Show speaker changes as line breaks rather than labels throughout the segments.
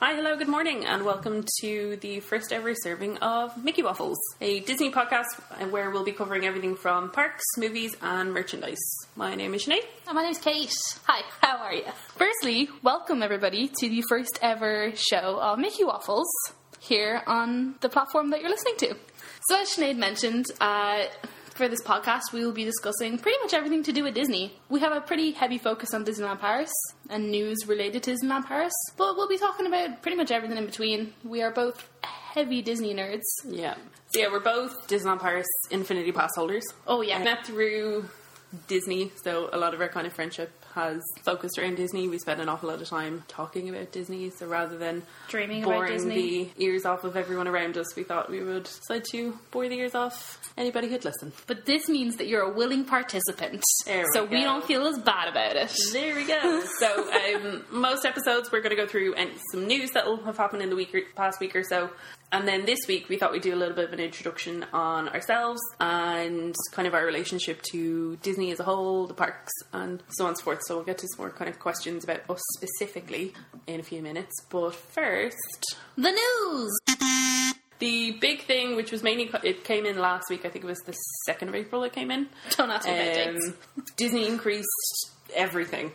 Hi, hello, good morning, and welcome to the first ever serving of Mickey Waffles, a Disney podcast where we'll be covering everything from parks, movies, and merchandise. My name is Sinead.
And my name's Kate. Hi, how are you? Firstly, welcome everybody to the first ever show of Mickey Waffles here on the platform that you're listening to. So, as Sinead mentioned, uh, for this podcast, we will be discussing pretty much everything to do with Disney. We have a pretty heavy focus on Disneyland Paris and news related to Disneyland Paris, but we'll be talking about pretty much everything in between. We are both heavy Disney nerds.
Yeah. So, yeah, we're both Disneyland Paris Infinity Pass holders.
Oh, yeah.
We Met through Disney, so a lot of our kind of friendship has focused around Disney. We spend an awful lot of time talking about Disney, so rather than
Dreaming about
boring
Disney.
the ears off of everyone around us, we thought we would decide to bore the ears off anybody who'd listen.
But this means that you're a willing participant,
There we
so we
go.
don't feel as bad about it.
There we go. So, um, most episodes we're going to go through and some news that will have happened in the week or, past week or so. And then this week we thought we'd do a little bit of an introduction on ourselves and kind of our relationship to Disney as a whole, the parks, and so on and so forth. So, we'll get to some more kind of questions about us specifically in a few minutes. But first,
The news.
the big thing, which was mainly, it came in last week, I think it was the 2nd of April it came in.
Don't ask me about dates.
Um, Disney increased everything.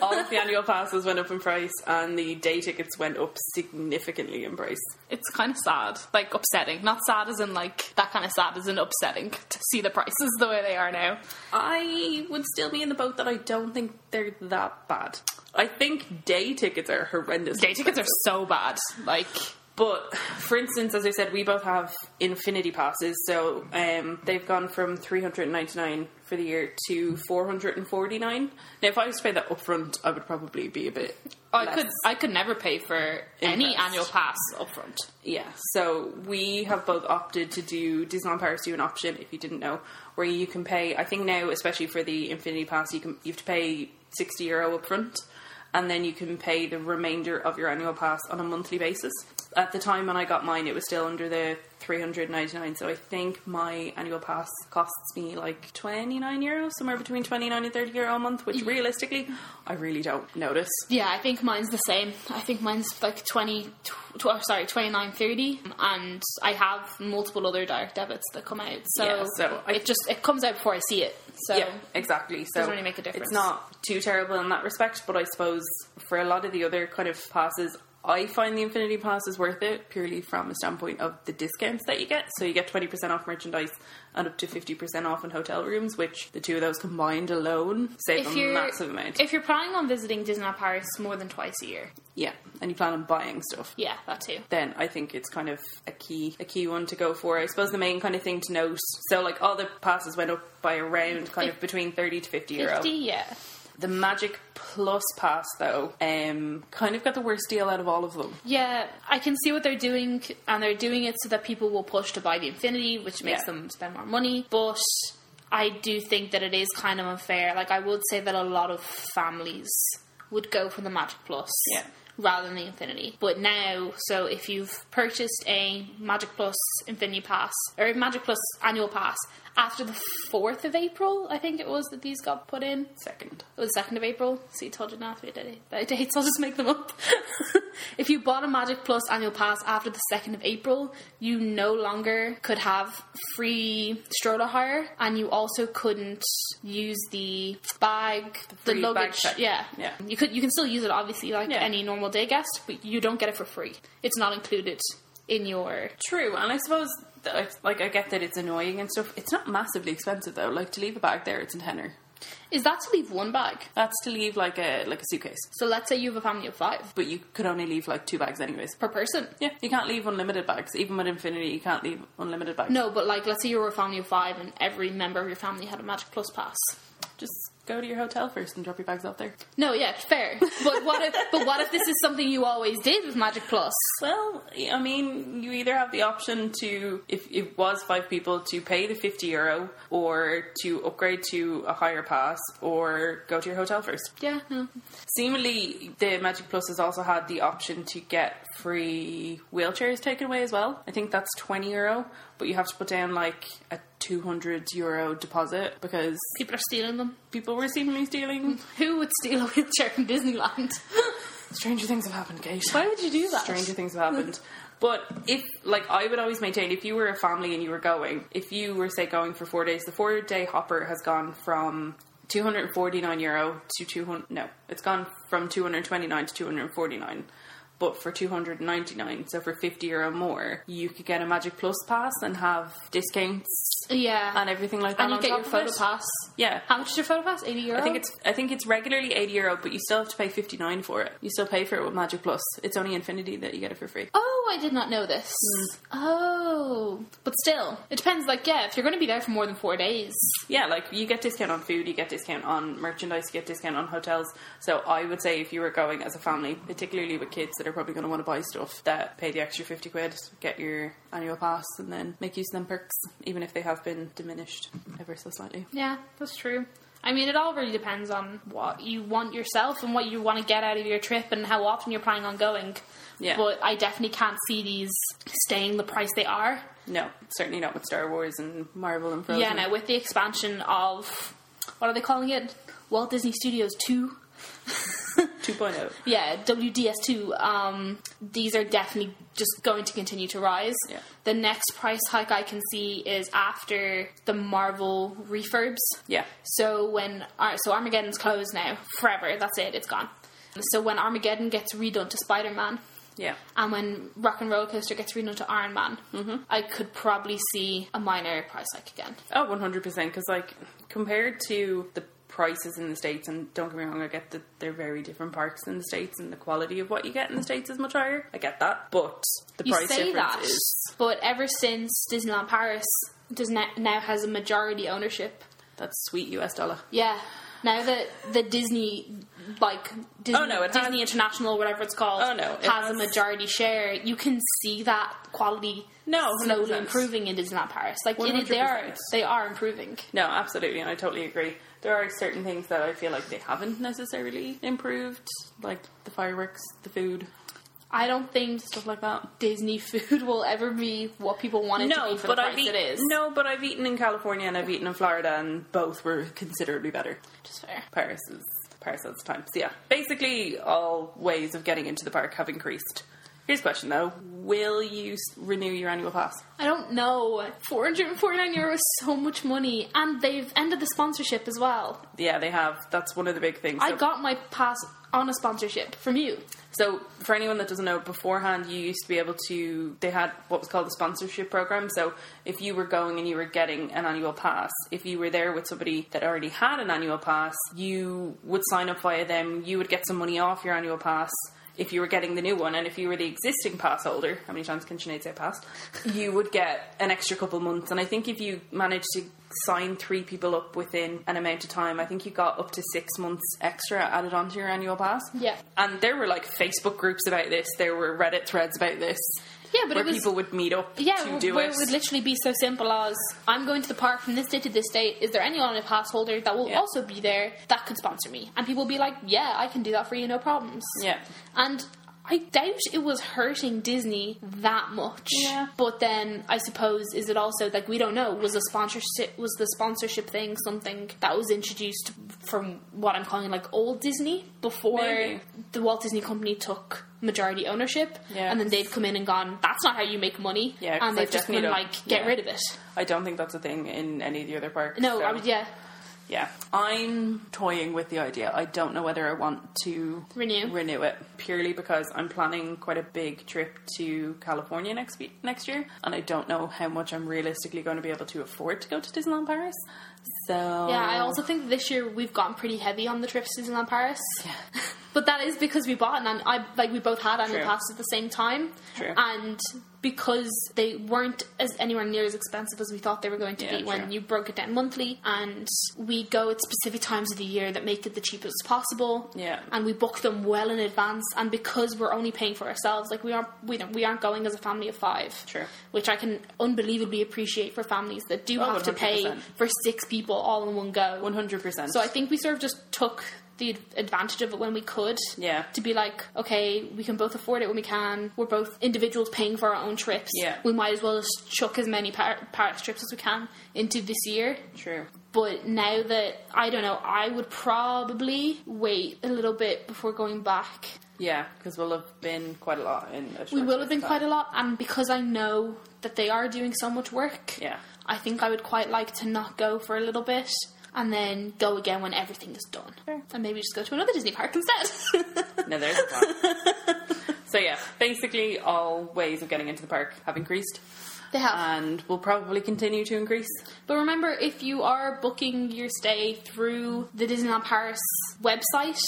All of the annual passes went up in price, and the day tickets went up significantly in price.
It's kind of sad, like upsetting. Not sad as in like that kind of sad as in upsetting to see the prices the way they are now.
I would still be in the boat that I don't think they're that bad. I think day tickets are horrendous.
Day tickets are so bad. Like
But for instance, as I said, we both have infinity passes, so um, they've gone from three hundred ninety nine for the year to four hundred and forty nine. Now, if I was to pay that upfront, I would probably be a bit.
I
less.
could I could never pay for any
Impressed.
annual pass up front.
Yeah, so we have both opted to do Disneyland Paris do an option, if you didn't know, where you can pay. I think now, especially for the Infinity Pass, you can you have to pay sixty euro upfront, and then you can pay the remainder of your annual pass on a monthly basis. At the time when I got mine, it was still under the three hundred ninety nine. So I think my annual pass costs me like twenty nine euro, somewhere between twenty nine and thirty euro a month. Which realistically, I really don't notice.
Yeah, I think mine's the same. I think mine's like 20, tw- oh, sorry, 29, 30. And I have multiple other direct debits that come out. So,
Yeah, so I-
it just, it comes out before I see it. So
Yeah, exactly. So
doesn't really make a difference.
It's not too terrible in that respect, but I suppose for a lot of the other kind of passes, I find the Infinity Pass is worth it purely from a standpoint of the discounts that you get. So you get twenty percent off merchandise and up to fifty percent off in hotel rooms, which the two of those combined alone save
if
a
you're,
massive amount.
if you're planning on visiting Disneyland Paris more than twice a year,
yeah, and you plan on buying stuff.
yeah, that too.
then I think it's kind of a key a key one to go for. I suppose the main kind of thing to note. So like all the passes went up by around kind of between thirty to fifty euro.
50, yeah.
The Magic Plus Pass, though, um, kind of got the worst deal out of all of them.
Yeah, I can see what they're doing, and they're doing it so that people will push to buy the Infinity, which makes
Yeah.
them spend more money. But I do think that it is kind of unfair. Like, I would say that a lot of families would go for the Magic Plus
Yeah.
rather than the Infinity. But now, so if you've purchased a Magic Plus Infinity Pass, or a Magic Plus Annual Pass, after the 4th of April, I think it was that these got put in.
Second.
It was the 2nd of April. See, told you not to be day. That dates, I'll just make them up. if you bought a Magic Plus annual pass after the 2nd of April, you no longer could have free stroller hire, and you also couldn't use the bag, the,
free bag
luggage.
check.
yeah.
Yeah.
You, could, you can still use it, obviously, like
Yeah.
any normal day guest, but you don't get it for free. It's not included in your.
True, and I suppose that I, like I get that it's annoying and stuff. It's not massively expensive though. Like to leave a bag there, it's a tenner.
Is that to leave one bag?
That's to leave like a like a suitcase,
So let's say you have a family of five
but you could only leave like two bags anyways.
per person.
Yeah, you can't leave unlimited bags. Even with Infinity, you can't leave unlimited bags.
No, but like, let's say you were a family of five and every member of your family had a Magic Plus pass.
Just go to your hotel first and drop your bags off there.
No, yeah, fair. But what if? But what if this is something you always did with Magic Plus?
Well, I mean, you either have the option to, if it was five people, to pay the 50 euro or to upgrade to a higher pass or go to your hotel first.
Yeah, no.
Seemingly, the Magic Plus has also had the option to get free wheelchairs taken away as well. I think that's 20 euro, but you have to put down like a 200 euro deposit because
People are stealing them.
people were seemingly stealing.
Who would steal a wheelchair from Disneyland?
Stranger things have happened, Kate.
Why would you do that?
Stranger things have happened. But if, like, I would always maintain if you were a family and you were going, if you were, say, going for four days, the four day hopper has gone from 249 euro to 200, no, it's gone from 229 to 249. But for 299, so for 50 euro more, you could get a Magic Plus pass and have discounts
Yeah.
and everything like that.
And you
on
get
top
your
of
photo
it.
pass.
Yeah.
How much is your photo pass? 80 euro?
I think it's I think it's regularly eighty euro, but you still have to pay fifty nine for it. You still pay for it with Magic Plus. It's only Infinity that you get it for free.
Oh, I did not know this. Oh. But still, it depends. Like, yeah, if you're going to be there for more than four days.
Yeah, like you get discount on food, you get discount on merchandise, you get discount on hotels. So I would say if you were going as a family, particularly with kids that are probably going to want to buy stuff, that pay the extra fifty quid, get your annual pass, and then make use of them perks, even if they have been diminished ever so slightly.
Yeah, that's true. I mean, it all really depends on what you want yourself and what you want to get out of your trip and how often you're planning on going.
Yeah.
But I definitely can't see these staying the price they are.
No, certainly not with Star Wars and Marvel and Frozen.
Yeah, now with the expansion of what are they calling it? Walt Disney Studios 2.
two point oh.
Yeah, WDS2. Um, these are definitely just going to continue to rise.
Yeah.
The next price hike I can see is after the Marvel refurbs.
Yeah,
So when Ar- so Armageddon's closed now forever. That's it. It's gone. So when Armageddon gets redone to Spider Man,
yeah.
and when Rock and Roller Coaster gets redone to Iron Man,
Mm-hmm.
I could probably see a minor price hike again.
Oh, 100%. Because, like, compared to the prices in the States, and don't get me wrong, I get that they're very different parks in the States, and the quality of what you get in the States is much higher. I get that. But the
You
price
say
difference
that,
is.
but ever since Disneyland Paris does na- now has a majority ownership
That's sweet US dollar.
Yeah. Now that the Disney, like Disney,
Oh, no, it has-
Disney International, whatever it's called,
Oh, no, it
has, a
has-
majority share, you can see that quality
No,
slowly
100%.
improving in Disneyland Paris. Like it is- they are,
100%.
they are improving.
No, absolutely, and I totally agree. There are certain things that I feel like they haven't necessarily improved, like the fireworks, the food,
I don't think
stuff like that.
Disney food will ever be what people want it to be for the price
I've eaten,
it is.
no, but I've eaten in California and I've eaten in Florida, and both were considerably better.
Just fair.
Paris is Paris at the time. So yeah, basically all ways of getting into the park have increased. Here's a question though: Will you s- renew your annual pass?
I don't know. Four hundred and forty nine euros, so much money, and they've ended the sponsorship as well.
Yeah, they have. That's one of the big things.
I
So-
got my pass on a sponsorship from you.
So, for anyone that doesn't know, beforehand you used to be able to. They had what was called a sponsorship program. So, if you were going and you were getting an annual pass, if you were there with somebody that already had an annual pass, you would sign up via them. You would get some money off your annual pass if you were getting the new one, and if you were the existing pass holder. How many times can Sinead say pass? You would get an extra couple months, and I think if you managed to sign three people up within an amount of time, I think you got up to six months extra added onto your annual pass.
Yeah.
And there were like Facebook groups about this. There were Reddit threads about this,
Yeah, but
where
it was
people would meet up
Yeah,
to
w-
do
where
it.
it would literally be so simple as I'm going to the park from this day to this date. Is there anyone on a pass holder that will
Yeah.
also be there that could sponsor me? And people will be like, Yeah, I can do that for you, no problems.
Yeah.
And I doubt it was hurting Disney that much.
Yeah.
But then I suppose is it also like we don't know was the sponsorship was the sponsorship thing something that was introduced from what I'm calling like old Disney before
Maybe.
the Walt Disney Company took majority ownership
Yeah.
and then they've come in and gone that's not how you make money
Yeah, 'cause
and
I
they've just
definitely
been
don't-
like, get
yeah.
rid of it.
I don't think that's a thing in any of the other parks.
No,
so,
I would, yeah,
yeah. I'm toying with the idea. I don't know whether I want to
Renew.
renew it purely because I'm planning quite a big trip to California next week, next year, and I don't know how much I'm realistically going to be able to afford to go to Disneyland Paris. So
yeah. I
Oh.
also think that this year we've gone pretty heavy on the trips to Disneyland Paris.
Yeah.
But that is because we bought an and I like we both had annual
True.
passes at the same time,
True.
and because they weren't as anywhere near as expensive as we thought they were going to
Yeah,
be when
true.
you broke it down monthly, and we go at specific times of the year that make it the cheapest possible.
Yeah.
and we book them well in advance, and because we're only paying for ourselves, like we aren't we don't we aren't going as a family of five.
True.
which I can unbelievably appreciate for families that do
Oh,
have to pay
100%.
for six people all in one go.
one hundred percent.
So I think we sort of just took the ad- advantage of it when we could.
Yeah.
To be like, okay, we can both afford it when we can. We're both individuals paying for our own trips.
Yeah.
We might as well just chuck as many par- Paris trips as we can into this year.
true.
But now that I don't know, I would probably wait a little bit before going back
Yeah, because we'll have been quite a lot in. A short
We will have been
space of
quite
time.
a lot, and because I know that they are doing so much work,
Yeah.
I think I would quite like to not go for a little bit and then go again when everything is done,
Fair.
and maybe just go to another Disney park instead.
No, there's a plan. so yeah, basically all ways of getting into the park have increased,
they have.
and will probably continue to increase.
Uh, But remember, if you are booking your stay through the Disneyland Paris website,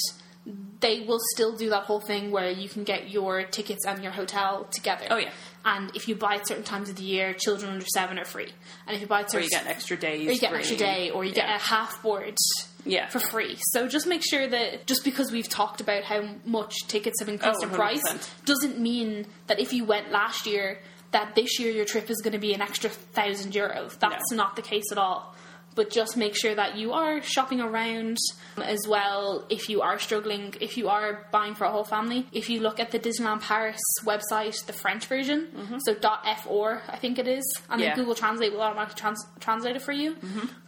they will still do that whole thing where you can get your tickets and your hotel together.
Oh, yeah.
And if you buy at certain times of the year, children under seven are free. And if you buy at
Or
certain
you get an extra days.
or you get an extra
free.
day, or you get
Yeah.
a half board
Yeah.
for free. So just make sure that just because we've talked about how much tickets have increased
Oh,
in price
100%.
doesn't mean that if you went last year that this year your trip is going to be an extra thousand euros. That's
No.
not the case at all. But just make sure that you are shopping around as well. If you are struggling, if you are buying for a whole family, if you look at the Disneyland Paris website, the French version,
Mm-hmm.
so .fr, I think it is, and
Yeah. Mm-hmm.
then Google Translate will automatically trans- translate it for you.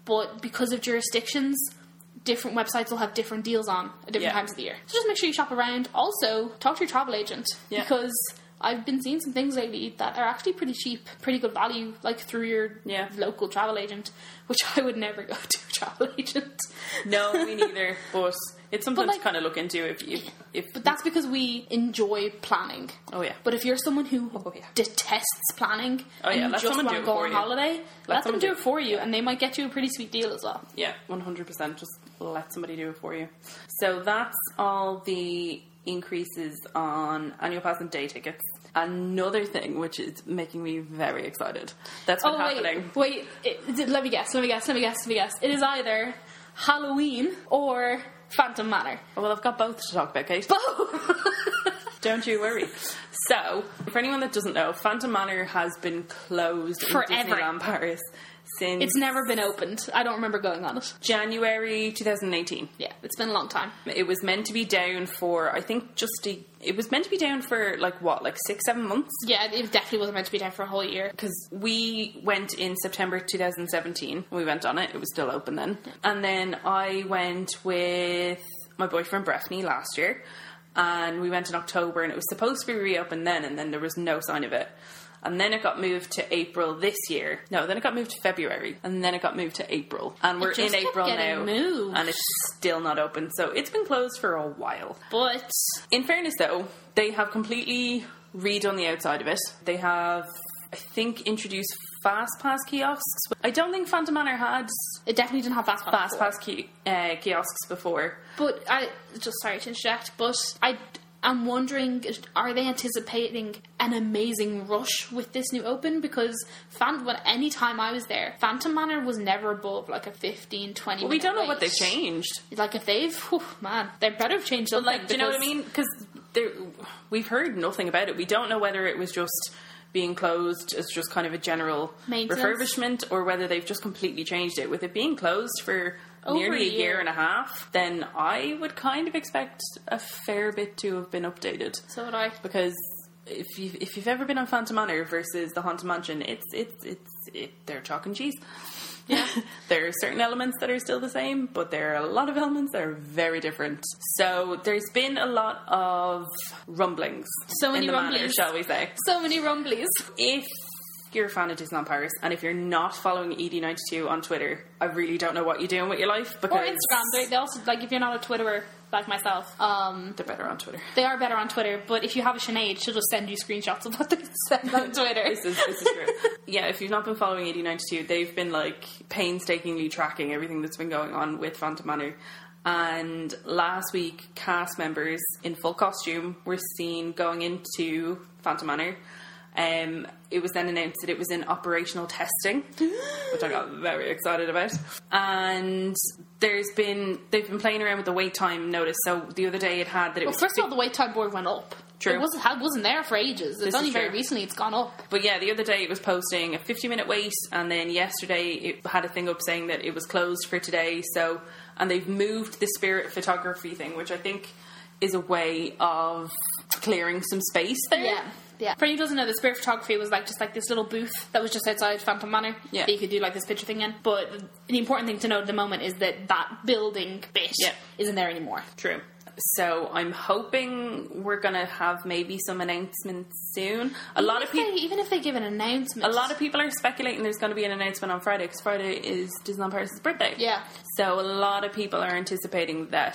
But because of jurisdictions, different websites will have different deals on at
Yeah.
different times of the year. So just make sure you shop around. Also, talk to your travel agent
Yeah.
because I've been seeing some things lately that are actually pretty cheap, pretty good value, like through your
Yeah.
local travel agent, which I would never go to a travel agent.
No, me neither. But it's something
like-
to kind of look into if you if.
But that's because we enjoy planning.
Oh, yeah.
But if you're someone who
Oh, yeah.
detests planning
Oh,
and
yeah,
you
let
just
someone do
want to
it
go
for
on
you.
holiday, let, them
someone
do
do
it for you, and they might get you a pretty sweet deal as well.
Yeah, one hundred percent. Just let somebody do it for you. So that's all the increases on annual pass and day tickets. Another thing which is making me very excited. That's been
Oh
happening.
wait, wait. It, it- let me guess. Let me guess. Let me guess. Let me guess. It is either Halloween or Phantom Manor.
Oh, Well, I've got both to talk about, Kate. Oh.
Both.
Don't you worry. So, for anyone that doesn't know, Phantom Manor has been closed
Forever.
in Disneyland Paris since
it's never been opened. I don't remember going on it.
January 2018.
Yeah, it's been a long time.
It was meant to be down for, I think, just a, it was meant to be down for like what, like six, seven months?
Yeah, it- it definitely wasn't meant to be down for a whole year.
Because we went in September 2017. We went on it. It was still open then. And then I went with my boyfriend Breffney last year. And we went in October and it was supposed to be reopened then. And then there was no sign of it. And then it got moved to April this year. No, then it got moved to February. And then it got moved to April. And we're
just
in
kept
April now.
getting moved.
And it's still not open. So it's been closed for a while.
But
In fairness, though, they have completely redone the outside of it. They have, I think, introduced fast pass kiosks. I don't think Phantom Manor had
it definitely didn't have fast
fast
pass. before.
pass ki- uh, kiosks before.
But I just sorry to interject, but I am wondering, are they anticipating an amazing rush with this new open? Because fan, when any time I was there, Phantom Manor was never above like a 15, 20
But we don't know
minute
what they've
wait.
changed.
Like if they've, whew, man, they better have changed something.
Like, do you know what I
because-
mean? Because we've heard nothing about it. We don't know whether it was just being closed as just kind of a general
Maintenance.
refurbishment or whether they've just completely changed it. With it being closed for
Over
nearly
a
a year
year.
and a half, then I would kind of expect a fair bit to have been updated.
So would I.
because if you've, if you've ever been on Phantom Manor versus the Haunted Mansion, it's it's it's it, they're chalk and cheese.
Yeah.
there are certain elements that are still the same, but there are a lot of elements that are very different. So there's been a lot of rumblings,
So many
in the manor,
rumblings.
shall we say?
So many rumblies.
If you're a fan of Disneyland Paris, and if you're not following E ED92 on Twitter, I really don't know what you're doing with your life
Or
because
Instagram. They, they also like if you're not a Twitterer like myself. Um,
they're better on Twitter.
they are better on Twitter, but if you have a Sinead, she'll just send you screenshots of what they send on Twitter.
this is this is true. yeah, if you've not been following AD92, they've been like painstakingly tracking everything that's been going on with Phantom Manor. And last week, cast members in full costume were seen going into Phantom Manor. Um, it was then announced that it was in operational testing, which I got very excited about. And there's been they've been playing around with the wait time notice. So the other day it had that it
Well,
was
first of all, the wait time board went up.
True.
It wasn't, it wasn't there for ages. It's
This is
only very
true.
recently it's gone up.
But yeah, the other day it was posting a 50 minute wait, and then yesterday it had a thing up saying that it was closed for today. So, and they've moved the spirit photography thing, which I think is a way of clearing some space there.
Yeah. Yeah. For anyone who doesn't know, the spirit photography was like just like this little booth that was just outside Phantom Manor
Yeah.
that you could do like this picture thing in. But the important thing to know at the moment is that that building bit
Yeah.
isn't there anymore.
True. So I'm hoping we're gonna have maybe some announcements soon. A lot of
If they-
people.
even if they give an
A
announcement,
lot of people are speculating there's going to be an announcement on Friday because Friday is Disney on Paris' birthday.
Yeah.
So a lot of people are anticipating that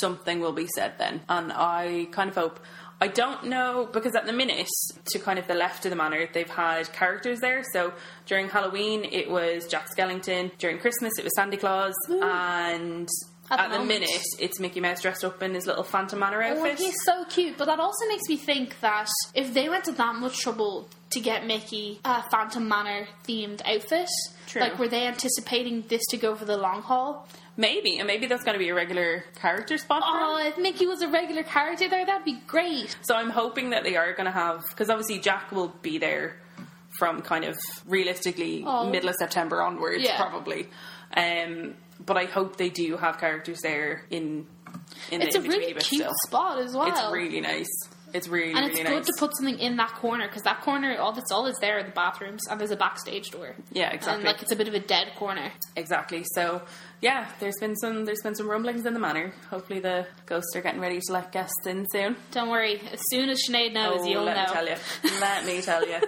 something will be said then. And I kind of hope. I don't know because at the minute, to kind of the left of the manor, they've had characters there. So during Halloween, it was Jack Skellington. During Christmas, it was Santa Claus. And
At
at,
the
the,
moment.
minute, it's Mickey Mouse dressed up in his little Phantom Manor
Oh,
outfit.
he's so cute, but that also makes me think that if they went to that much trouble to get Mickey a Phantom Manor themed outfit,
True.
like were they anticipating this to go for the long haul?
Maybe. And maybe that's going to be a regular character spot for him.
Oh, if Mickey was a regular character there, that'd be great.
So I'm hoping that they are going to have because obviously Jack will be there from kind of realistically
Oh.
middle of September onwards,
Yeah.
probably. Um, but I hope they do have characters there in in
It's
the
a
in-between
really
bit
cute
still.
spot as well.
It's really nice. It's really
and it's
really
good
nice.
to put something in that corner because that corner, all that's all is there are the bathrooms and there's a backstage door.
yeah, exactly,
And like it's a bit of a dead corner.
exactly. So yeah, there's been some there's been some rumblings in the manor. Hopefully the ghosts are getting ready to let guests in soon.
Don't worry, as soon as Sinead knows,
Oh,
you'll
let
know.
me tell you. Let me tell you.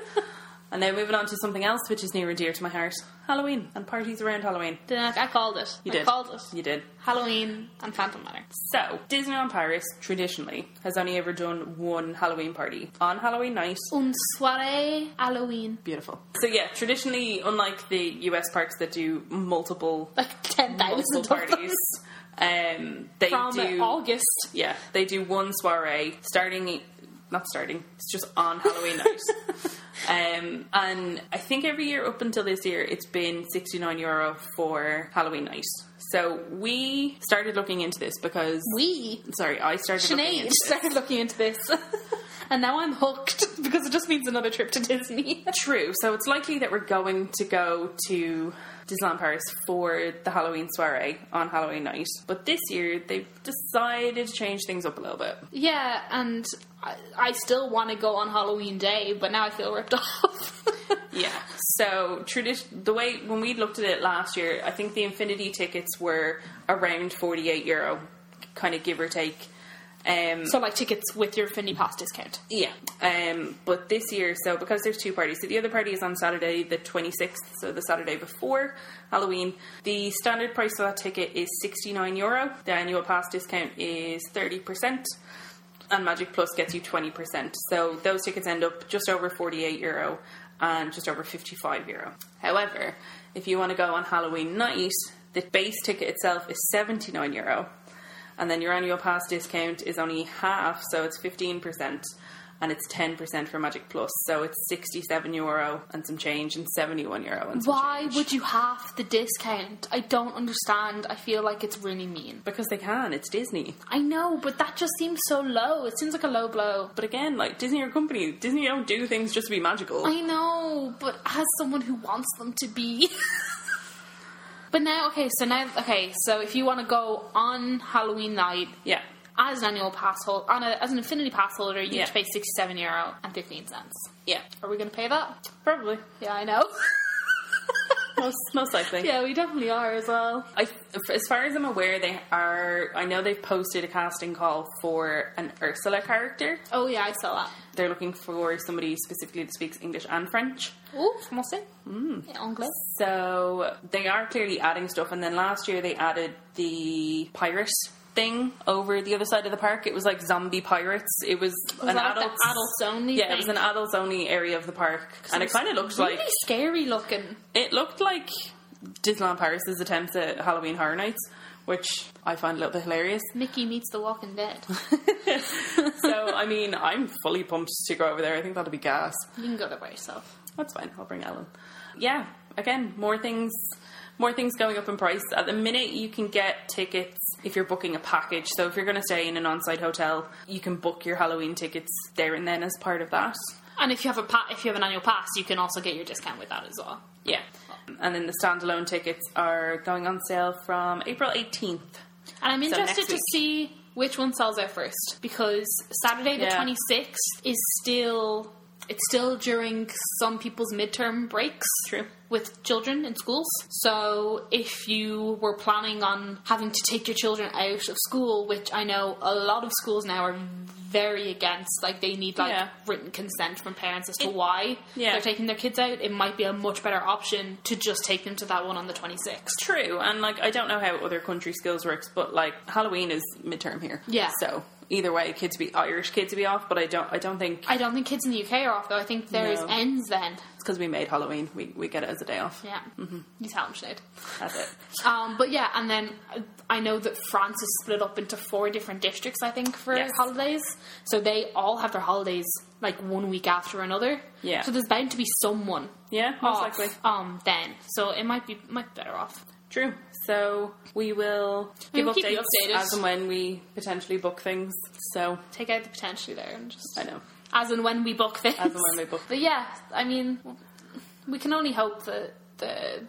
And now moving on to something else which is near and dear to my heart: Halloween and parties around Halloween.
Then, like, I called it.
You
I
did.
called it.
You did.
Halloween and Phantom Manor.
So, Disneyland Paris traditionally has only ever done one Halloween party on Halloween night.
Un soirée Halloween.
Beautiful. So yeah, traditionally, unlike the US parks that do multiple
Like 10,000
multiple
of them
parties, um, they
from
do
August.
yeah they do one soiree starting e, not starting it's just on Halloween night. Um, and I think every year up until this year, it's been 69 euro for Halloween night. So we started looking into this because
We,
sorry, I started looking
Sinead,
into
started looking into this. and now I'm hooked because it just means another trip to Disney.
True. So it's likely that we're going to go to Disneyland Paris for the Halloween soiree on Halloween night. But this year they've decided to change things up a little bit.
yeah, and I, I still want to go on Halloween Day, but now I feel ripped off.
Yeah. So tradition the way when we looked at it last year, I think the Infinity tickets were around 48 euro, kind of give or take. Um,
so, like, tickets with your Finny Pass discount.
Yeah. Um, but this year, so because there's two parties, so the other party is on Saturday the 26th, so the Saturday before Halloween. The standard price for that ticket is 69 euro. The annual pass discount is 30%. And Magic Plus gets you 20%. So those tickets end up just over 48 euro and just over 55 euro. However, if you want to go on Halloween night, the base ticket itself is 79 euro and then your annual pass discount is only half, so it's fifteen percent, and it's ten percent for Magic Plus, so it's sixty-seven euro and some change, and seventy-one euro and some
Why
change.
would you half the discount? I don't understand. I feel like it's really mean.
Because they can. It's Disney.
I know, but that just seems so low. It seems like a low blow.
But again, like Disney are a company. Disney don't do things just to be magical.
I know, but as someone who wants them to be. but now, okay, so now, okay, so if you want to go on Halloween night
yeah.
as an annual pass holder, on a, as an Infinity Pass holder, you have
Yeah.
to pay sixty-seven euro and fifteen cents.
Yeah.
Are we going to pay that?
Probably.
Yeah, I know.
Most most likely.
yeah, we definitely are as well.
I, as far as I'm aware, they are. I know they've posted a casting call for an Ursula character.
Oh yeah, I saw that.
They're looking for somebody specifically that speaks English and French.
Ooh, français. Mm. Yeah, anglais.
So they are clearly adding stuff, and then last year they added the pirate thing over the other side of the park. It was like zombie pirates. It was,
Was
an
that
adult,
like the adults only?
yeah,
thing?
it was an adults only area of the park, and it kind of looked
really
like
scary looking.
it looked like Disneyland Paris's attempts at Halloween Horror Nights, which I find a little bit hilarious.
Mickey meets The Walking Dead.
so I mean, I'm fully pumped to go over there. I think that'll be gas.
you can go there by yourself.
That's fine. I'll bring Ellen. Yeah. Again, more things, more things going up in price. At the minute, you can get tickets if you're booking a package. So if you're going to stay in an on-site hotel, you can book your Halloween tickets there and then as part of that.
And if you have a pa- if you have an annual pass, you can also get your discount with that as well.
Yeah. And then the standalone tickets are going on sale from April 18th.
And I'm interested
next
to
week.
see which one sells out first because Saturday the
Yeah.
26th is still It's still during some people's midterm breaks
True.
with children in schools. So if you were planning on having to take your children out of school, which I know a lot of schools now are very against, like they need like
Yeah.
written consent from parents as to why
Yeah.
they're taking their kids out, it might be a much better option to just take them to that one on the 26th.
True, and like I don't know how other country skills works, but like Halloween is midterm here.
Yeah.
So either way, kids be Irish kids be off, but I don't I don't think
I don't think kids in the UK are off though. I think there is
No.
ends then.
it's because we made Halloween. We we get it as a day off.
Yeah, mm-hmm. you tell them, Sinead.
That's it.
Um, but yeah, and then uh, I know that France is split up into four different districts, I think, for
Yes.
holidays. So they all have their holidays like one week after another.
Yeah.
So there's bound to be someone
Yeah, most
off,
likely.
um then. So it might be might be better off.
True. So we will
We
give
will keep
updates
you updated.
as and when we potentially book things. So
Take out the potentially there and just
I know
as and when we book things.
as and when we book.
But yeah, I mean we can only hope that the